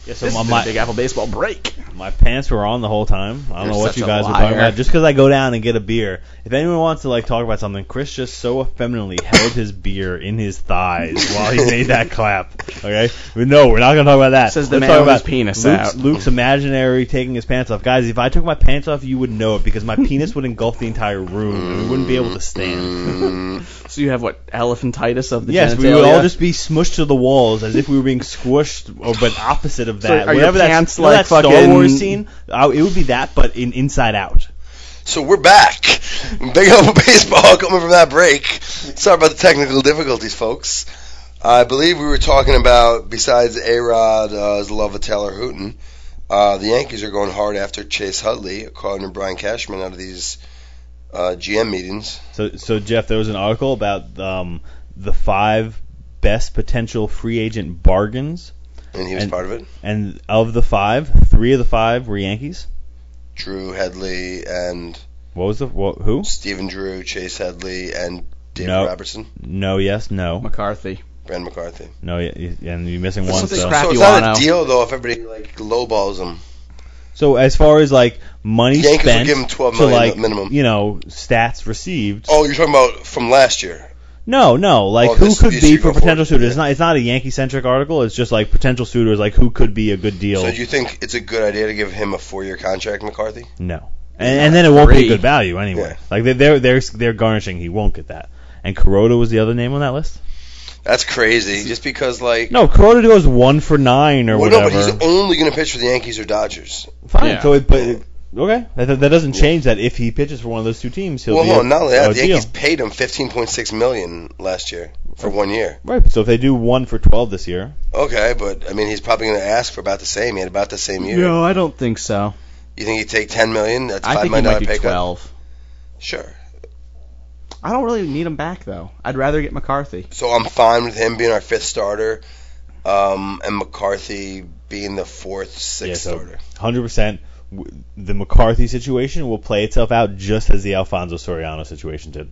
A: yeah, so
B: This
A: my,
B: has been a
A: my,
B: Big Apple baseball break.
A: my pants were on the whole time. I don't
B: You're
A: know what
B: such
A: you
B: a
A: guys were
B: liar.
A: talking about. Just because I go down and get a beer, if anyone wants to like talk about something, Chris just so effeminately held his beer in his thighs while he made
B: <laughs>
A: that clap. Okay, But no, we're not gonna talk about that.
B: Says the
A: Let's
B: man
A: talk
B: with
A: about
B: his penis
A: Luke's,
B: out.
A: Luke's imaginary taking his pants off. Guys, if I took my pants off, you would know it because
B: <laughs>
A: my penis would engulf the entire room. and We wouldn't be able to stand.
C: Mm,
B: So you have what elephantitis of the
A: Yes,
B: genitalia?
A: we would all just be smushed to the walls as if we were being squished, or but opposite of that.
B: So are your
A: Whatever that-
B: pants
A: you know
B: like
A: that Star
B: fucking-
A: Wars scene? Uh, it would be that, but in Inside Out.
C: so we're back. Big up <laughs> baseball coming from that break. Sorry about the technical difficulties, folks. I believe we were talking about besides A Rod, uh, his love of Taylor Hooton. Uh, the Yankees are going hard after Chase Hudley, according to Brian Cashman, out of these uh, GM meetings.
A: So, so Jeff, there was an article about um, the five best potential free agent bargains,
C: And he was
A: And-
C: part of it.
A: and of the five, three of the five were Yankees.
C: Drew Headley and
A: What was the what, who?
C: Stephen Drew, Chase Headley, and David
A: No.
C: Robertson,
A: No, yes, no,
B: McCarthy.
C: Brandon McCarthy.
A: no, y- y- and you're missing
B: This
A: one.
B: is the
A: So.
B: crap-
C: so
B: Crappy
C: it's
B: Wano.
C: not a deal though if everybody like lowballs him.
A: so as far as like money
C: Yankees will
A: spent
C: give him 12
A: to
C: million
A: like
C: minimum.
A: you know stats received.
C: Oh, you're talking about from last year.
A: No, no. Like
C: Oh,
A: who
C: this-
A: could
C: this
A: be
C: you
A: for
C: go for it.
A: potential suitors? It's not. It's not a Yankee centric article. It's just like potential suitors. Like who could be a good deal?
C: So you think it's a good idea to give him a four-year contract, McCarthy?
A: no. And, and then it won't be
B: Three.
A: a good value anyway.
C: Yeah.
A: Like they- they're they're they're garnishing. He won't get that. And Kuroda was the other name on that list.
C: That's crazy. Just because like
A: No, Kuroda goes one for nine or
C: well, no, but
A: whatever.
C: he's only going to pitch for the Yankees or Dodgers.
A: Fine.
B: Yeah.
A: So it, but it- okay, that, that- that doesn't change that if he pitches for one of those two teams, he'll
C: well,
A: be
C: hold
A: a,
C: on, not only that,
A: a
C: the
A: deal.
C: Yankees paid him 15.6 million last year for one year.
A: Right. So if they do one for twelve this year,
C: Okay, but I mean he's probably going to ask for about the same. He had about the same year.
B: No, I don't think so.
C: You think he'd take 10 million? That's
B: I
C: five
B: think he
C: million
B: might
C: dollar
B: be
C: pay cut.
B: 12.
C: Sure.
B: I don't really need him back though. I'd rather get McCarthy.
C: So I'm fine with him being our fifth starter, um, and McCarthy being the fourth, sixth
A: Yeah, so-
C: starter.
A: hundred percent. The McCarthy situation will play itself out just as the Alfonso Soriano situation did.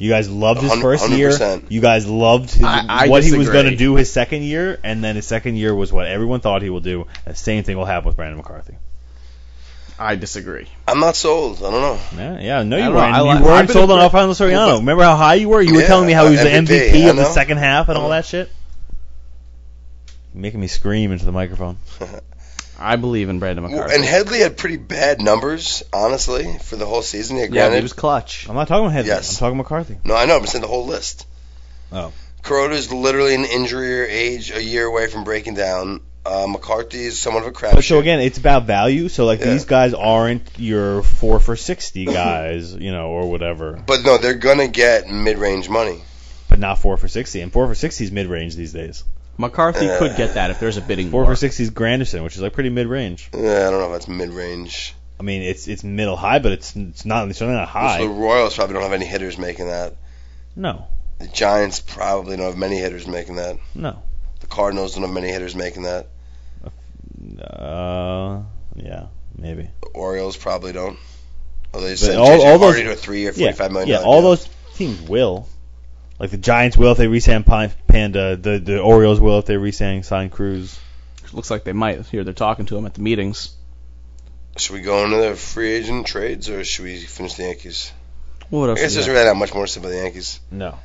A: You guys loved his
C: Hun-
A: first year.
C: 100%.
A: You guys loved his,
B: I- I
A: what he was
B: disagree.
A: going to do his second year, and then his second year was what everyone thought he will do. The same thing will happen with Brandon McCarthy.
B: I disagree.
C: I'm not sold. I don't know.
A: Yeah, yeah no,
B: I
A: you weren't.
B: don't know. I li-
A: you
B: I've
A: weren't
B: been
A: sold on
B: a-
A: Alfonso Soriano. Remember how high you were? You were
C: Yeah,
A: telling me how he was the
C: MVP,
A: MVP
C: I
A: of the
C: know.
A: second half and all
C: know.
A: that shit. You're making me scream into the microphone.
B: I believe in Brandon
C: Well,
B: McCarthy.
C: And Headley had pretty bad numbers, honestly, for the whole season. Yeah,
B: yeah,
C: granted.
B: but he was clutch.
A: I'm not talking about Headley.
C: Yes.
A: I'm talking McCarthy.
C: no, I know. I'm saying the whole list.
A: Oh.
C: Kuroda's literally an injury or age a year away from breaking down. Uh, McCarthy is somewhat of a crapshoot.
A: But Oh, so again, it's about value. So like
C: Yeah. Mm-hmm.
A: these guys aren't your four for sixty guys, you know, or whatever.
C: But no, they're gonna get mid-range money.
A: But not four for sixty. And four for sixty is mid range these days.
B: McCarthy
C: Uh,
B: could get that if there's a bidding
A: Four
B: war.
A: for sixty is Granderson, which is like pretty mid range.
C: Eh, I don't know if that's mid-range.
A: I mean, it's it's middle high, but it's it's not it's certainly not
C: So the
A: high.
C: Royals probably don't have any hitters making that.
A: No,
C: The Giants probably don't have many hitters making that.
A: no.
C: The Cardinals don't have many hitters making that.
A: Uh, yeah, maybe.
C: The Orioles probably don't. Oh, they said
A: all-
C: JJ
A: all
C: Hardy
A: those-
C: to a three or
A: Yeah,
C: forty-five million.
A: yeah.
C: dollar
A: All
C: deal.
A: those teams will. Like the Giants will if they re-sign Pin- Panda. The the Orioles will if they re-sign sign Cruz.
B: Looks like they might. Here, they're talking to him at the meetings.
C: Should we go into the free agent trades or should we finish the Yankees?
B: What
C: I
B: else?
C: guess
B: we
C: there's
B: got?
C: really not much more to say about the Yankees.
A: No.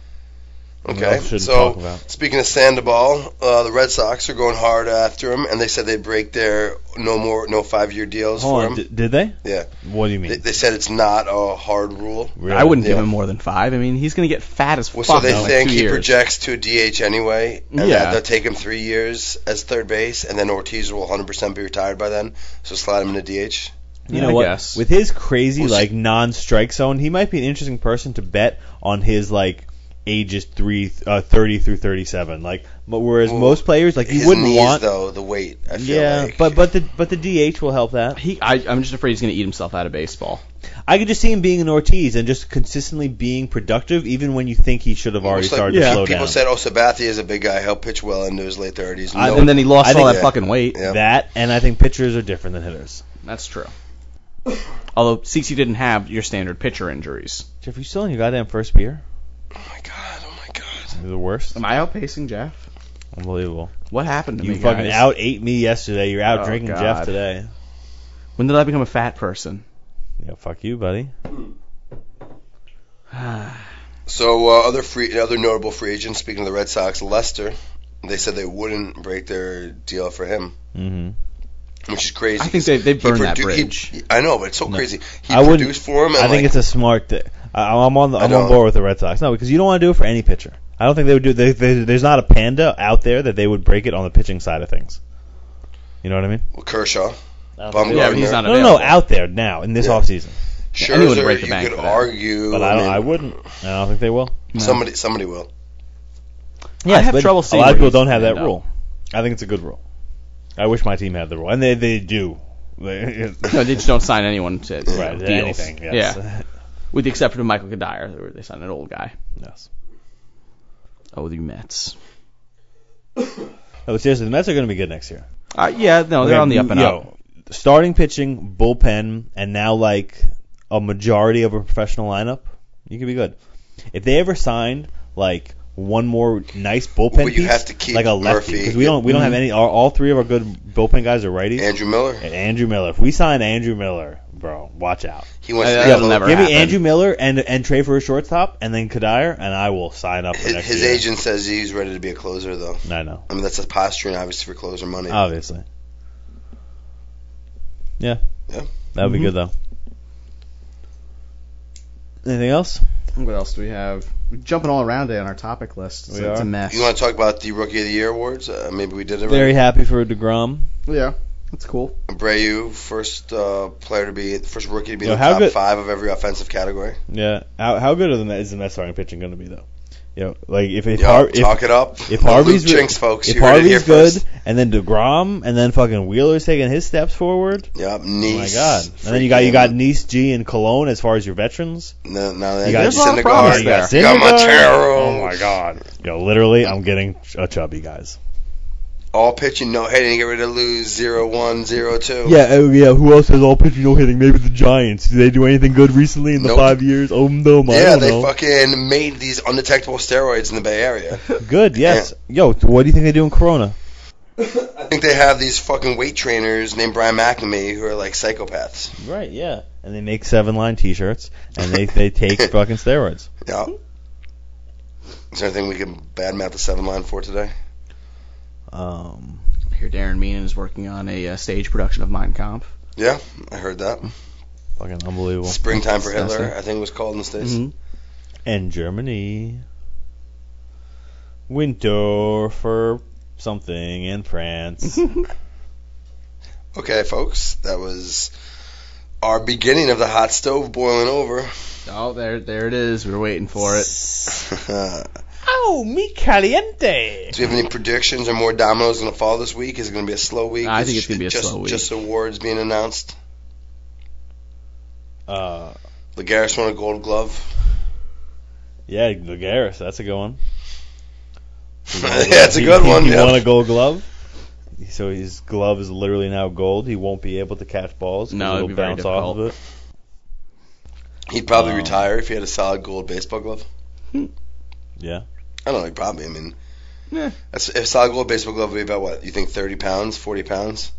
A: What
C: Okay,
A: else should we
C: so
A: talk about?
C: speaking of Sandoval, uh, the Red Sox are going hard after him, and they said they'd break their no more no five year deals
A: Hold
C: for
A: on.
C: him.
A: D- did they?
C: Yeah.
A: What do you mean?
C: They, they said it's not a hard rule.
A: Really?
B: I wouldn't
C: Yeah.
B: give him more than five. I mean, he's going to get fat as
C: Well,
B: fuck.
C: so they
B: in like
C: think
B: two
C: he
B: years.
C: projects to a DH anyway, and
B: Yeah.
C: that they'll take him three years as third base, and then Ortiz will 100% be retired by then, so slide him into DH.
A: You
B: Yeah,
A: know
B: I
A: what?
B: guess.
A: With his crazy
C: Well, she-
A: like non-strike zone, he might be an interesting person to bet on his like ages three, uh, 30 through 37. Like, but whereas
C: Well,
A: most players like
C: His
A: you wouldn't
C: knees,
A: want.
C: though, the weight. I feel
A: yeah,
C: like.
A: but but the but the DH will help that.
B: He, I, I'm just afraid he's going to eat himself out of baseball.
A: I could just see him being an Ortiz and just consistently being productive, even when you think he should have already
C: Looks like
A: started to
B: Yeah.
A: slow
C: people
A: down.
C: said, "Oh, Sabathia is a big guy. He'll pitch well into his late 30s."
A: I-
C: No,
B: and then he lost
A: I
B: all
A: think-
B: that fucking weight.
C: Yeah.
A: That and I think pitchers are different than hitters.
B: That's true. Although CC didn't have your standard pitcher injuries.
A: Jeff, you still in your goddamn first beer?
C: oh my god, oh my god.
A: You're the worst.
B: Am I outpacing Jeff?
A: Unbelievable.
B: What happened to
A: You
B: me,
A: fucking
B: guys?
A: out ate me yesterday. You're out
B: Oh,
A: drinking
B: God.
A: Jeff today.
B: When did I become a
A: <sighs>
B: fat person?
A: Yeah, fuck you, buddy.
C: So uh, other free, other notable free agents. Speaking of the Red Sox, Lester, they said they wouldn't break their deal for him,
A: Mm-hmm.
C: which is crazy.
B: I think they they
C: He
B: burned that
C: produ- he-
B: bridge.
C: I know, but it's so
A: No.
C: crazy. He
A: I wouldn't-
C: produced for him. And
A: I think it's a smart. Th- I, I'm on the,
C: I
A: I'm on
C: don't-
A: board with the Red Sox. No, because you don't want to do it for any pitcher. I don't think they would do. They, they, there's not a panda out there that they would break it on the pitching side of things. You know what I mean?
C: it's Kershaw.
A: No,
C: Bumgarner.
B: Yeah, but he's not
A: no,
B: available.
A: no, out there now in this
C: Yeah.
A: off offseason.
B: anyone would
C: Scherzer,
B: break the
C: you
B: bank
C: could
B: for that.
C: argue.
A: But I, don't,
C: mean,
A: I wouldn't. I don't think they will.
B: No.
C: Somebody, somebody will.
B: I have
A: but
B: trouble
A: A
B: seeing
A: lot
B: where
A: of people
B: he's
A: don't have
B: gonna
A: that
B: end
A: rule. I think it's a good rule. I wish my team had the rule, and they they do. <laughs> They,
B: No, they just don't sign anyone to you know,
A: right,
B: deals.
A: anything. Yes.
B: Yeah, with the exception of Michael Kadire, where they signed an old guy.
A: <laughs> yes.
B: Oh, the Mets.
A: No, but seriously, the Mets are going to be good next year.
B: Uh, yeah, no,
A: Okay,
B: they're on the up and
A: yo,
B: up.
A: Starting pitching, bullpen, and now like a majority of a professional lineup, you could be good. If they ever signed like one more nice bullpen
C: Well, you
A: piece,
C: have to keep
A: like a lefty,
C: Murphy.
A: because we don't we don't have
B: Mhm.
A: any. Our, all three of our good bullpen guys are righties.
C: Andrew Miller.
A: and Andrew Miller. If we sign Andrew Miller, bro, watch out.
C: He
B: Uh,
C: wants to
B: that'll
C: Buffalo.
B: never
A: Give
B: happen.
A: me Andrew Miller and and trade for a shortstop, and then Kadir, and I will sign up for
C: His,
A: next
C: his
A: year.
C: agent says he's ready to be a closer, though.
A: I know,
C: I mean, that's a posturing, obviously, for closer money.
A: obviously. Yeah.
C: Yeah.
A: That would be good
B: Mhm.
A: though. Anything else?
B: What else do we have? We're jumping all around today on our topic list. It's,
A: We
B: it's
A: are.
B: a mess.
C: You want to talk about the Rookie of the Year awards? Uh, maybe we did it.
A: Very happy for Degrom.
B: yeah, that's cool.
C: Abreu, first uh, player to be, first rookie to be
A: Yo,
C: in the
A: how
C: top
A: good-
C: five of every offensive category.
A: Yeah. How how good are the, Mets- is the Mets starting pitching going to be though? You know, like if if,
C: Yo,
A: Har- if
C: talk it up.
A: if Harvey's
C: Luke
A: re-
C: Jinx, folks.
A: if
C: you heard it here
A: Harvey's good,
C: first.
A: and then Degrom, and then fucking Wheeler's taking his steps forward.
C: Yep,
A: Oh my
C: Nice.
A: god! And then you got you got Nice, G, and Cologne as far as your veterans.
C: No, no, that-
A: You got
B: There's a lot of
C: Syndergaard.
B: promise
A: you got
C: You got
A: Syndergaard.
C: Montero.
A: Oh my god! Yo, literally, I'm getting a chubby guys.
C: All pitching, no hitting. Get ready to lose zero one, zero two.
A: Yeah, oh, yeah. Who else has all pitching, no hitting? Maybe the Giants. Did they do anything good recently in the
C: Nope.
A: five years? Oh no, my. I
C: Yeah,
A: don't
C: they
A: know.
C: fucking made these undetectable steroids in the Bay Area.
A: Good. Yes. Yo, what do you think they do in Corona?
C: I think they have these fucking weight trainers named Brian McNamee who are like psychopaths.
A: Right. Yeah. And they make seven line T-shirts, and they they
C: <laughs>
A: take fucking steroids.
C: Yeah. Is there anything we can badmouth the seven line for today?
A: Um.
B: I hear Darren Meenan is working on a uh, stage production of Mein Kampf.
C: Yeah, I heard that.
A: Fucking unbelievable.
C: Springtime for
B: Disgusting.
C: Hitler, I think it was called in the States.
B: Mhm.
A: And Germany. Winter for something in France.
B: Mm-hmm.
C: Okay, folks, that was our beginning of the hot stove boiling over.
B: <laughs>
C: <laughs>
B: oh, there, there it is. We were waiting for it.
C: Do
A: <laughs> oh, mi caliente.
C: you have any predictions or more dominoes going to fall this week? Is it going to be a slow week?
B: I think it's
C: Just-
B: gonna be a
C: just,
B: slow week.
C: Just awards being announced.
A: Uh,
C: Lagaris won a Gold Glove.
A: yeah, Lagares, that's a good one.
C: <laughs> yeah, it's a
A: He-
C: good
A: he-
C: one.
A: He
C: yeah.
A: won a Gold Glove. So his glove is literally now gold. He won't be able to catch balls. 'cause
B: No, it'd
A: it'll
B: be very
A: bounce off of
B: difficult.
A: it.
C: He'd probably
A: Wow.
C: retire if he had a solid gold baseball glove.
A: Yeah.
C: I don't know. He probably. I mean,
B: Yeah.
C: that's, if solid gold baseball glove would be about what? You think 30 pounds, 40 pounds,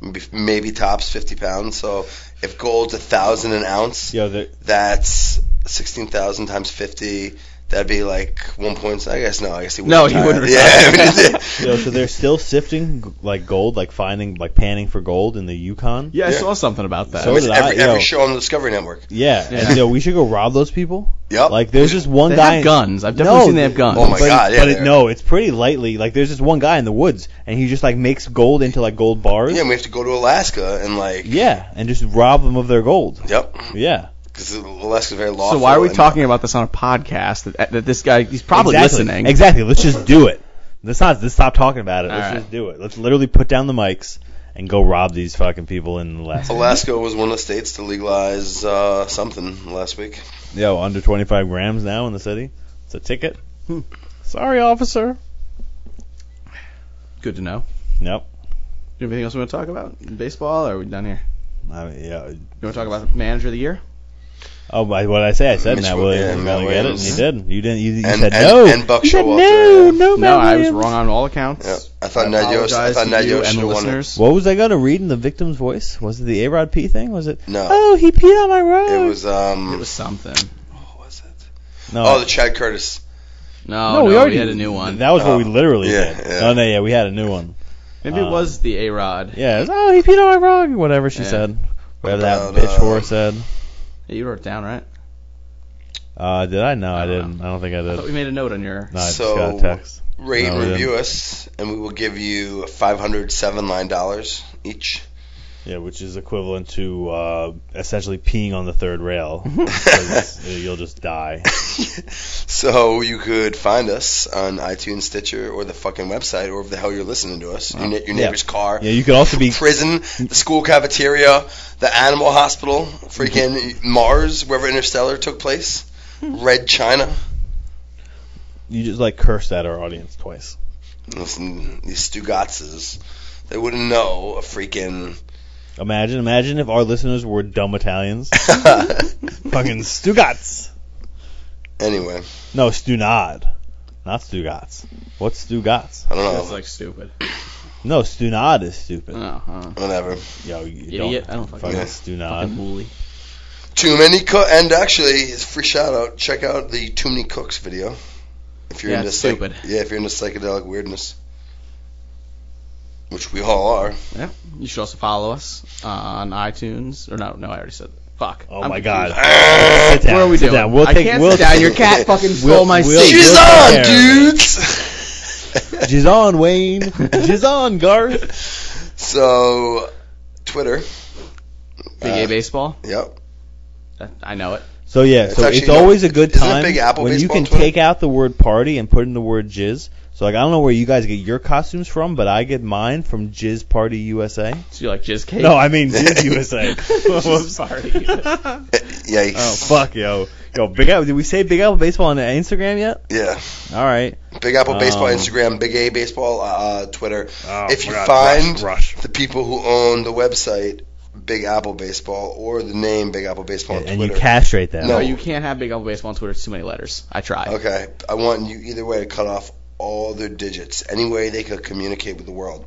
C: maybe, maybe tops 50 pounds. So if gold's a thousand an ounce,
A: Yo, the,
C: that's 16,000 times 50. That'd be like one point. I guess no. I guess he would
B: No, he
C: retire.
B: wouldn't
C: Yeah, I
B: retire. <laughs>
C: mean, it's-
A: yo, so they're still sifting g- like gold, like finding, like panning for gold in the Yukon.
B: Yeah, I
C: Yeah.
B: saw something about that.
A: So
C: it's
A: did I,
C: every, every
A: yo.
C: show on the Discovery Network.
A: Yeah.
B: Yeah.
A: And yo, we should go rob those people.
C: Yep.
A: Like, there's just one
B: they
A: guy.
B: have guns. I've definitely
A: No,
B: seen they have guns.
C: Oh my
A: but,
C: God, yeah,
A: But it,
C: they're-
A: no, it's pretty lightly. Like there's this one guy in the woods, and he just like makes gold into like gold bars.
C: yeah, we have to go to Alaska and like.
A: Yeah, and just rob them of their gold.
C: Yep.
A: Yeah.
C: Because Alaska's very lawful.
B: So why are we
C: and-
B: talking about this on a podcast that, that this guy he's probably
A: exactly.
B: listening?
A: Exactly. Let's just do it. Let's not. Let's stop talking about it. Let's
B: All right.
A: just do it. Let's literally put down the mics and go rob these fucking people in
C: <laughs>
A: Alaska.
C: Alaska was one of the states to legalize uh, something last week.
A: Yo, under 25 grams now in the city. It's a ticket.
B: Hmm.
A: Sorry, officer.
B: Good to know.
A: Nope.
B: Do you have anything else we want to talk about? Baseball, or are we done here?
A: I mean, yeah.
B: You want to talk about the manager of the year?
A: Oh, my, what I say? I said
C: Mitch
A: Matt
C: Wi-
A: Williams
C: yeah,
A: was
C: Matt
A: going to get it, and
C: Williams.
A: he didn't. You didn't. You, you
C: And-
A: said
C: and-
A: no.
C: and Buck
A: you said
C: Showalter,
A: no. No,
C: yeah.
B: no,
A: Matt
B: I was
A: Williams.
B: wrong on all accounts.
C: Yep. I thought Ned Yost.
B: apologize
C: I thought
B: to
C: Ned
B: you
C: Yost
B: and
C: should
B: the
C: have won it.
B: listeners.
A: What was I going to read in the victim's voice? Was it the A Rod P thing? Was it?
C: No.
A: Oh, he peed on my road.
C: It was um.
B: It was something.
C: what was it?
A: no.
C: Oh, the Chad Curtis.
B: No, no, we, had a new one.
A: That was what we
C: Oh.
A: literally
C: Yeah,
A: did.
C: yeah.
A: No, no, yeah, we had a new one.
B: Maybe it
A: um,
B: was the A Rod.
A: Yeah, it was, oh, he peed on my rug, whatever she
B: Yeah.
A: said, whatever
C: about,
A: that bitch
C: uh,
A: whore said.
B: You wrote it down, right?
A: Uh, did I? No, I,
B: I don't
A: didn't. I don't think I
B: I thought
A: did.
B: we made a note on
C: <laughs>
B: your.
A: No, I
C: So-
A: just got a text.
C: Rate
A: No, we
C: and
A: didn't.
C: review us, and we will give you 507 line dollars each.
A: Yeah, which is equivalent to uh, essentially peeing on the third rail. 'Cause uh, you'll just die.
C: So you could find us on iTunes, Stitcher, or the fucking website, or if the hell you're listening to us. Your, ne- your
A: Yeah.
C: neighbor's car,
A: Yeah, you could also be.
C: prison, the school cafeteria, the animal hospital, freaking Mars, wherever Interstellar took place, Red China.
A: You just like cursed at our audience twice.
C: Listen, these Stugatzes, they wouldn't know a freaking.
A: Imagine, imagine if our listeners were dumb Italians. Fucking Stugats.
C: anyway,
A: No, Stunad. Not Stugats. What's Stugats?
C: I don't know.
B: That's like stupid.
A: No, Stunad is stupid.
B: Oh, huh.
C: Whatever.
A: Yo, you
B: Idiot.
A: don't
B: I don't fucking
A: fucking
C: know.
A: Stunad.
B: Fucking bully.
C: Too many cook, and actually, it's a free shout out. Check out the Too Many Cooks video. If you're
B: Yeah,
C: into
B: it's
C: psych-
B: stupid.
C: yeah, if you're into psychedelic weirdness, which we all
B: <laughs>
C: are.
B: Yeah. You should also follow us uh, on iTunes. Or no, no, I already said that. Fuck.
A: Oh
B: I'm
A: my
B: confused.
A: god.
C: Ah,
A: Sit down,
B: What are we
A: sit
B: doing?
A: Down. We'll
B: I
A: take,
B: can't
A: we'll
B: sit down. Your
A: <laughs>
B: cat fucking stole my
A: we'll-
B: seat.
C: She's
A: Look
C: on,
A: there.
B: <laughs>
C: dudes.
A: Jizz on, Wayne. Jizz on, Garth.
C: so, Twitter.
B: Big
C: Uh,
B: A baseball.
C: Yep.
B: That- I know it.
A: So yeah,
C: It's
A: so
C: actually
A: it's
C: no-
A: always a good
C: isn't it
A: time
C: Big Apple
A: when you
C: baseball
A: can
C: Twitter?
A: take out the word party and put in the word jizz. So like I don't know where you guys get your costumes from, but I get mine from Jizz Party USA.
B: So you like jizz cake?
A: No,
B: <laughs>
A: I mean Jizz <laughs> USA.
B: I'm sorry. <laughs>
C: Yikes.
A: Oh fuck, yo, yo, Big Apple. Did we say Big Apple Baseball on Instagram yet?
C: Yeah.
A: All right.
C: Big Apple Baseball,
A: Um,
C: Instagram, Big A Baseball, uh, Twitter.
A: Oh,
C: if you
A: God,
C: find
A: rush, rush.
C: the people who own the website, Big Apple Baseball, or the name Big Apple Baseball on
A: and you
C: Twitter.
A: castrate that.
B: No,
C: No.
B: you can't have Big Apple Baseball on Twitter. It's too many letters. I tried.
C: Okay, I want you either way to cut off all their digits, any way they could communicate with the world.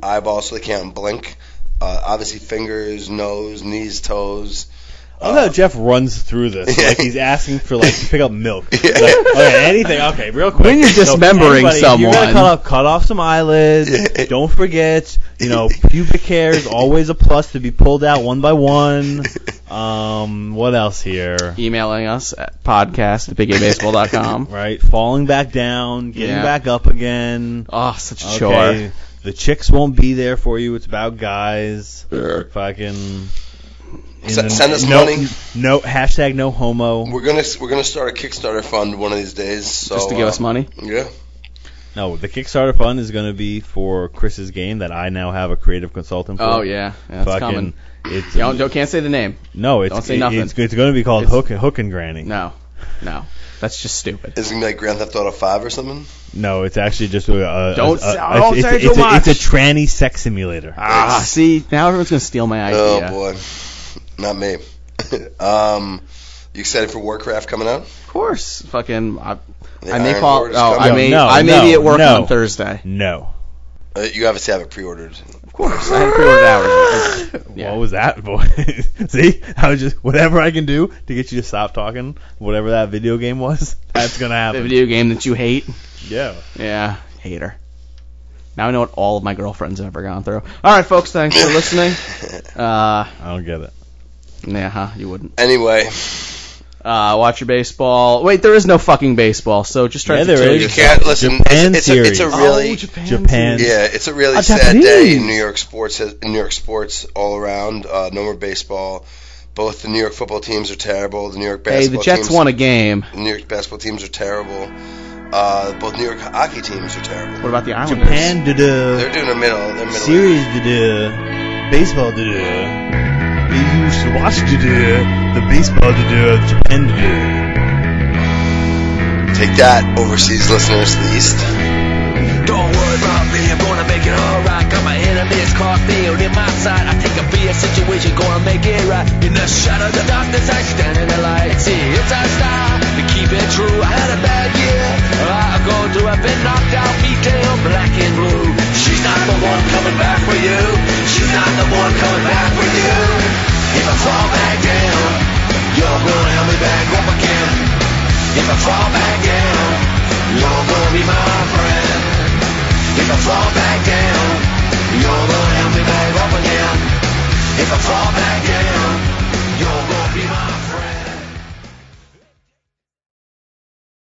B: <laughs> <laughs>
C: eyeballs, so they can't blink. Uh, obviously, fingers, nose, knees, toes.
A: I love how Jeff runs through
C: <laughs>
A: this like he's asking for like pick up milk.
C: Yeah.
A: Like, okay, anything. Okay, real quick.
B: When you're
A: So,
B: dismembering
A: everybody, if you're gonna
B: someone.
A: cut off, cut off some eyelids.
C: Yeah.
A: Don't forget, you know, pubic hair is always a plus to be pulled out one by one. Um, what else here?
B: Emailing us at podcast
A: <laughs>
B: at bigabaseball.com.
A: Right, falling back down, getting
B: Yeah.
A: back up again.
B: oh, such a
A: Okay,
B: chore.
A: the chicks won't be there for you. It's about guys. Fucking.
C: S-
A: in the-
C: send us
A: no,
C: money.
A: No hashtag no homo.
C: We're gonna we're gonna start a Kickstarter fund one of these days. So,
B: Just to give
C: uh,
B: us money.
C: Yeah.
A: No, the Kickstarter fund is going to be for Chris's game that I now have a creative consultant for.
B: Oh yeah, yeah that's
A: Fucking-
B: coming.
A: It's,
B: You don't, you can't say the name.
A: no, it's
B: don't say
A: it-
B: nothing.
A: it's, it's going to be called
B: It's-
A: Hook, Hook and Granny.
B: No, no, that's just stupid.
C: Is it gonna be like Grand Theft Auto Five or something?
A: No, it's actually just a, a a,
B: Don't
A: a,
B: say- don't
A: it's,
B: say
A: it's,
B: too
A: it's, a, it's a
B: much.
A: tranny sex simulator.
B: Ah, see, now everyone's gonna steal my idea.
C: Oh boy, not me. <laughs> um, you excited for Warcraft coming out?
B: Of course, fucking. I,
C: The
B: I may
C: Iron
B: call.
C: Lord is
B: Oh,
C: coming
B: I
C: out.
B: may.
A: No,
B: I may
A: no,
B: be at work
A: no.
B: on Thursday.
A: No.
C: Uh, you obviously have it pre-ordered.
B: Of course, I had pre-ordered
A: <laughs>
B: hours. Yeah.
A: What was that, boy? <laughs> See, I was just whatever I can do to get you to stop talking, whatever that video game was, <laughs> that's gonna
B: The
A: happen.
B: video game that you hate.
A: Yeah.
B: Yeah, hater. Now I know what all of my girlfriends have ever gone through. All right, folks, thanks for
C: <laughs>
B: listening. Uh,
A: I don't get it.
B: yeah, huh, you wouldn't.
C: Anyway,
B: <laughs> Uh, watch your baseball. Wait, there is no fucking baseball, so just try
A: Yeah,
B: to
A: there
B: kill
A: is.
C: you
B: yourself.
C: can't listen.
A: Japan
C: it's, it's, a, it's a
A: series.
C: really
B: Oh, Japan.
A: Japan.
C: yeah, it's a really
A: A
C: sad day
A: Japanese.
C: in New York sports. has- in New York sports all around. Uh, no more baseball. Both the New York football teams are terrible. The New York
B: Hey,
C: basketball
B: the Jets
C: teams,
B: won a game.
C: The New York basketball teams are terrible. Uh, both New York hockey teams are terrible.
B: What about the Islanders?
A: Japan
C: They're
A: da
C: doing a middle. They're middle.
A: series da baseball da You used to watch da the baseball da of Japan da
C: Take that, overseas listeners to the east.
D: Don't worry about me, I'm gonna make it alright. Got my enemies caught field in my sight. I think I'll be a situation, gonna make it right. In the shadow of the darkness, I stand in the light. See, it's our style to keep it true. I had a bad year, I'll go through. I've been knocked out, beat down, black and blue. She's not the one coming back for you. She's not the one coming back for you. If I fall back down, you're gonna help me back up again. If I fall back down, you're gonna be my friend. If I fall back down, you're gonna help me back up again. If I fall back down,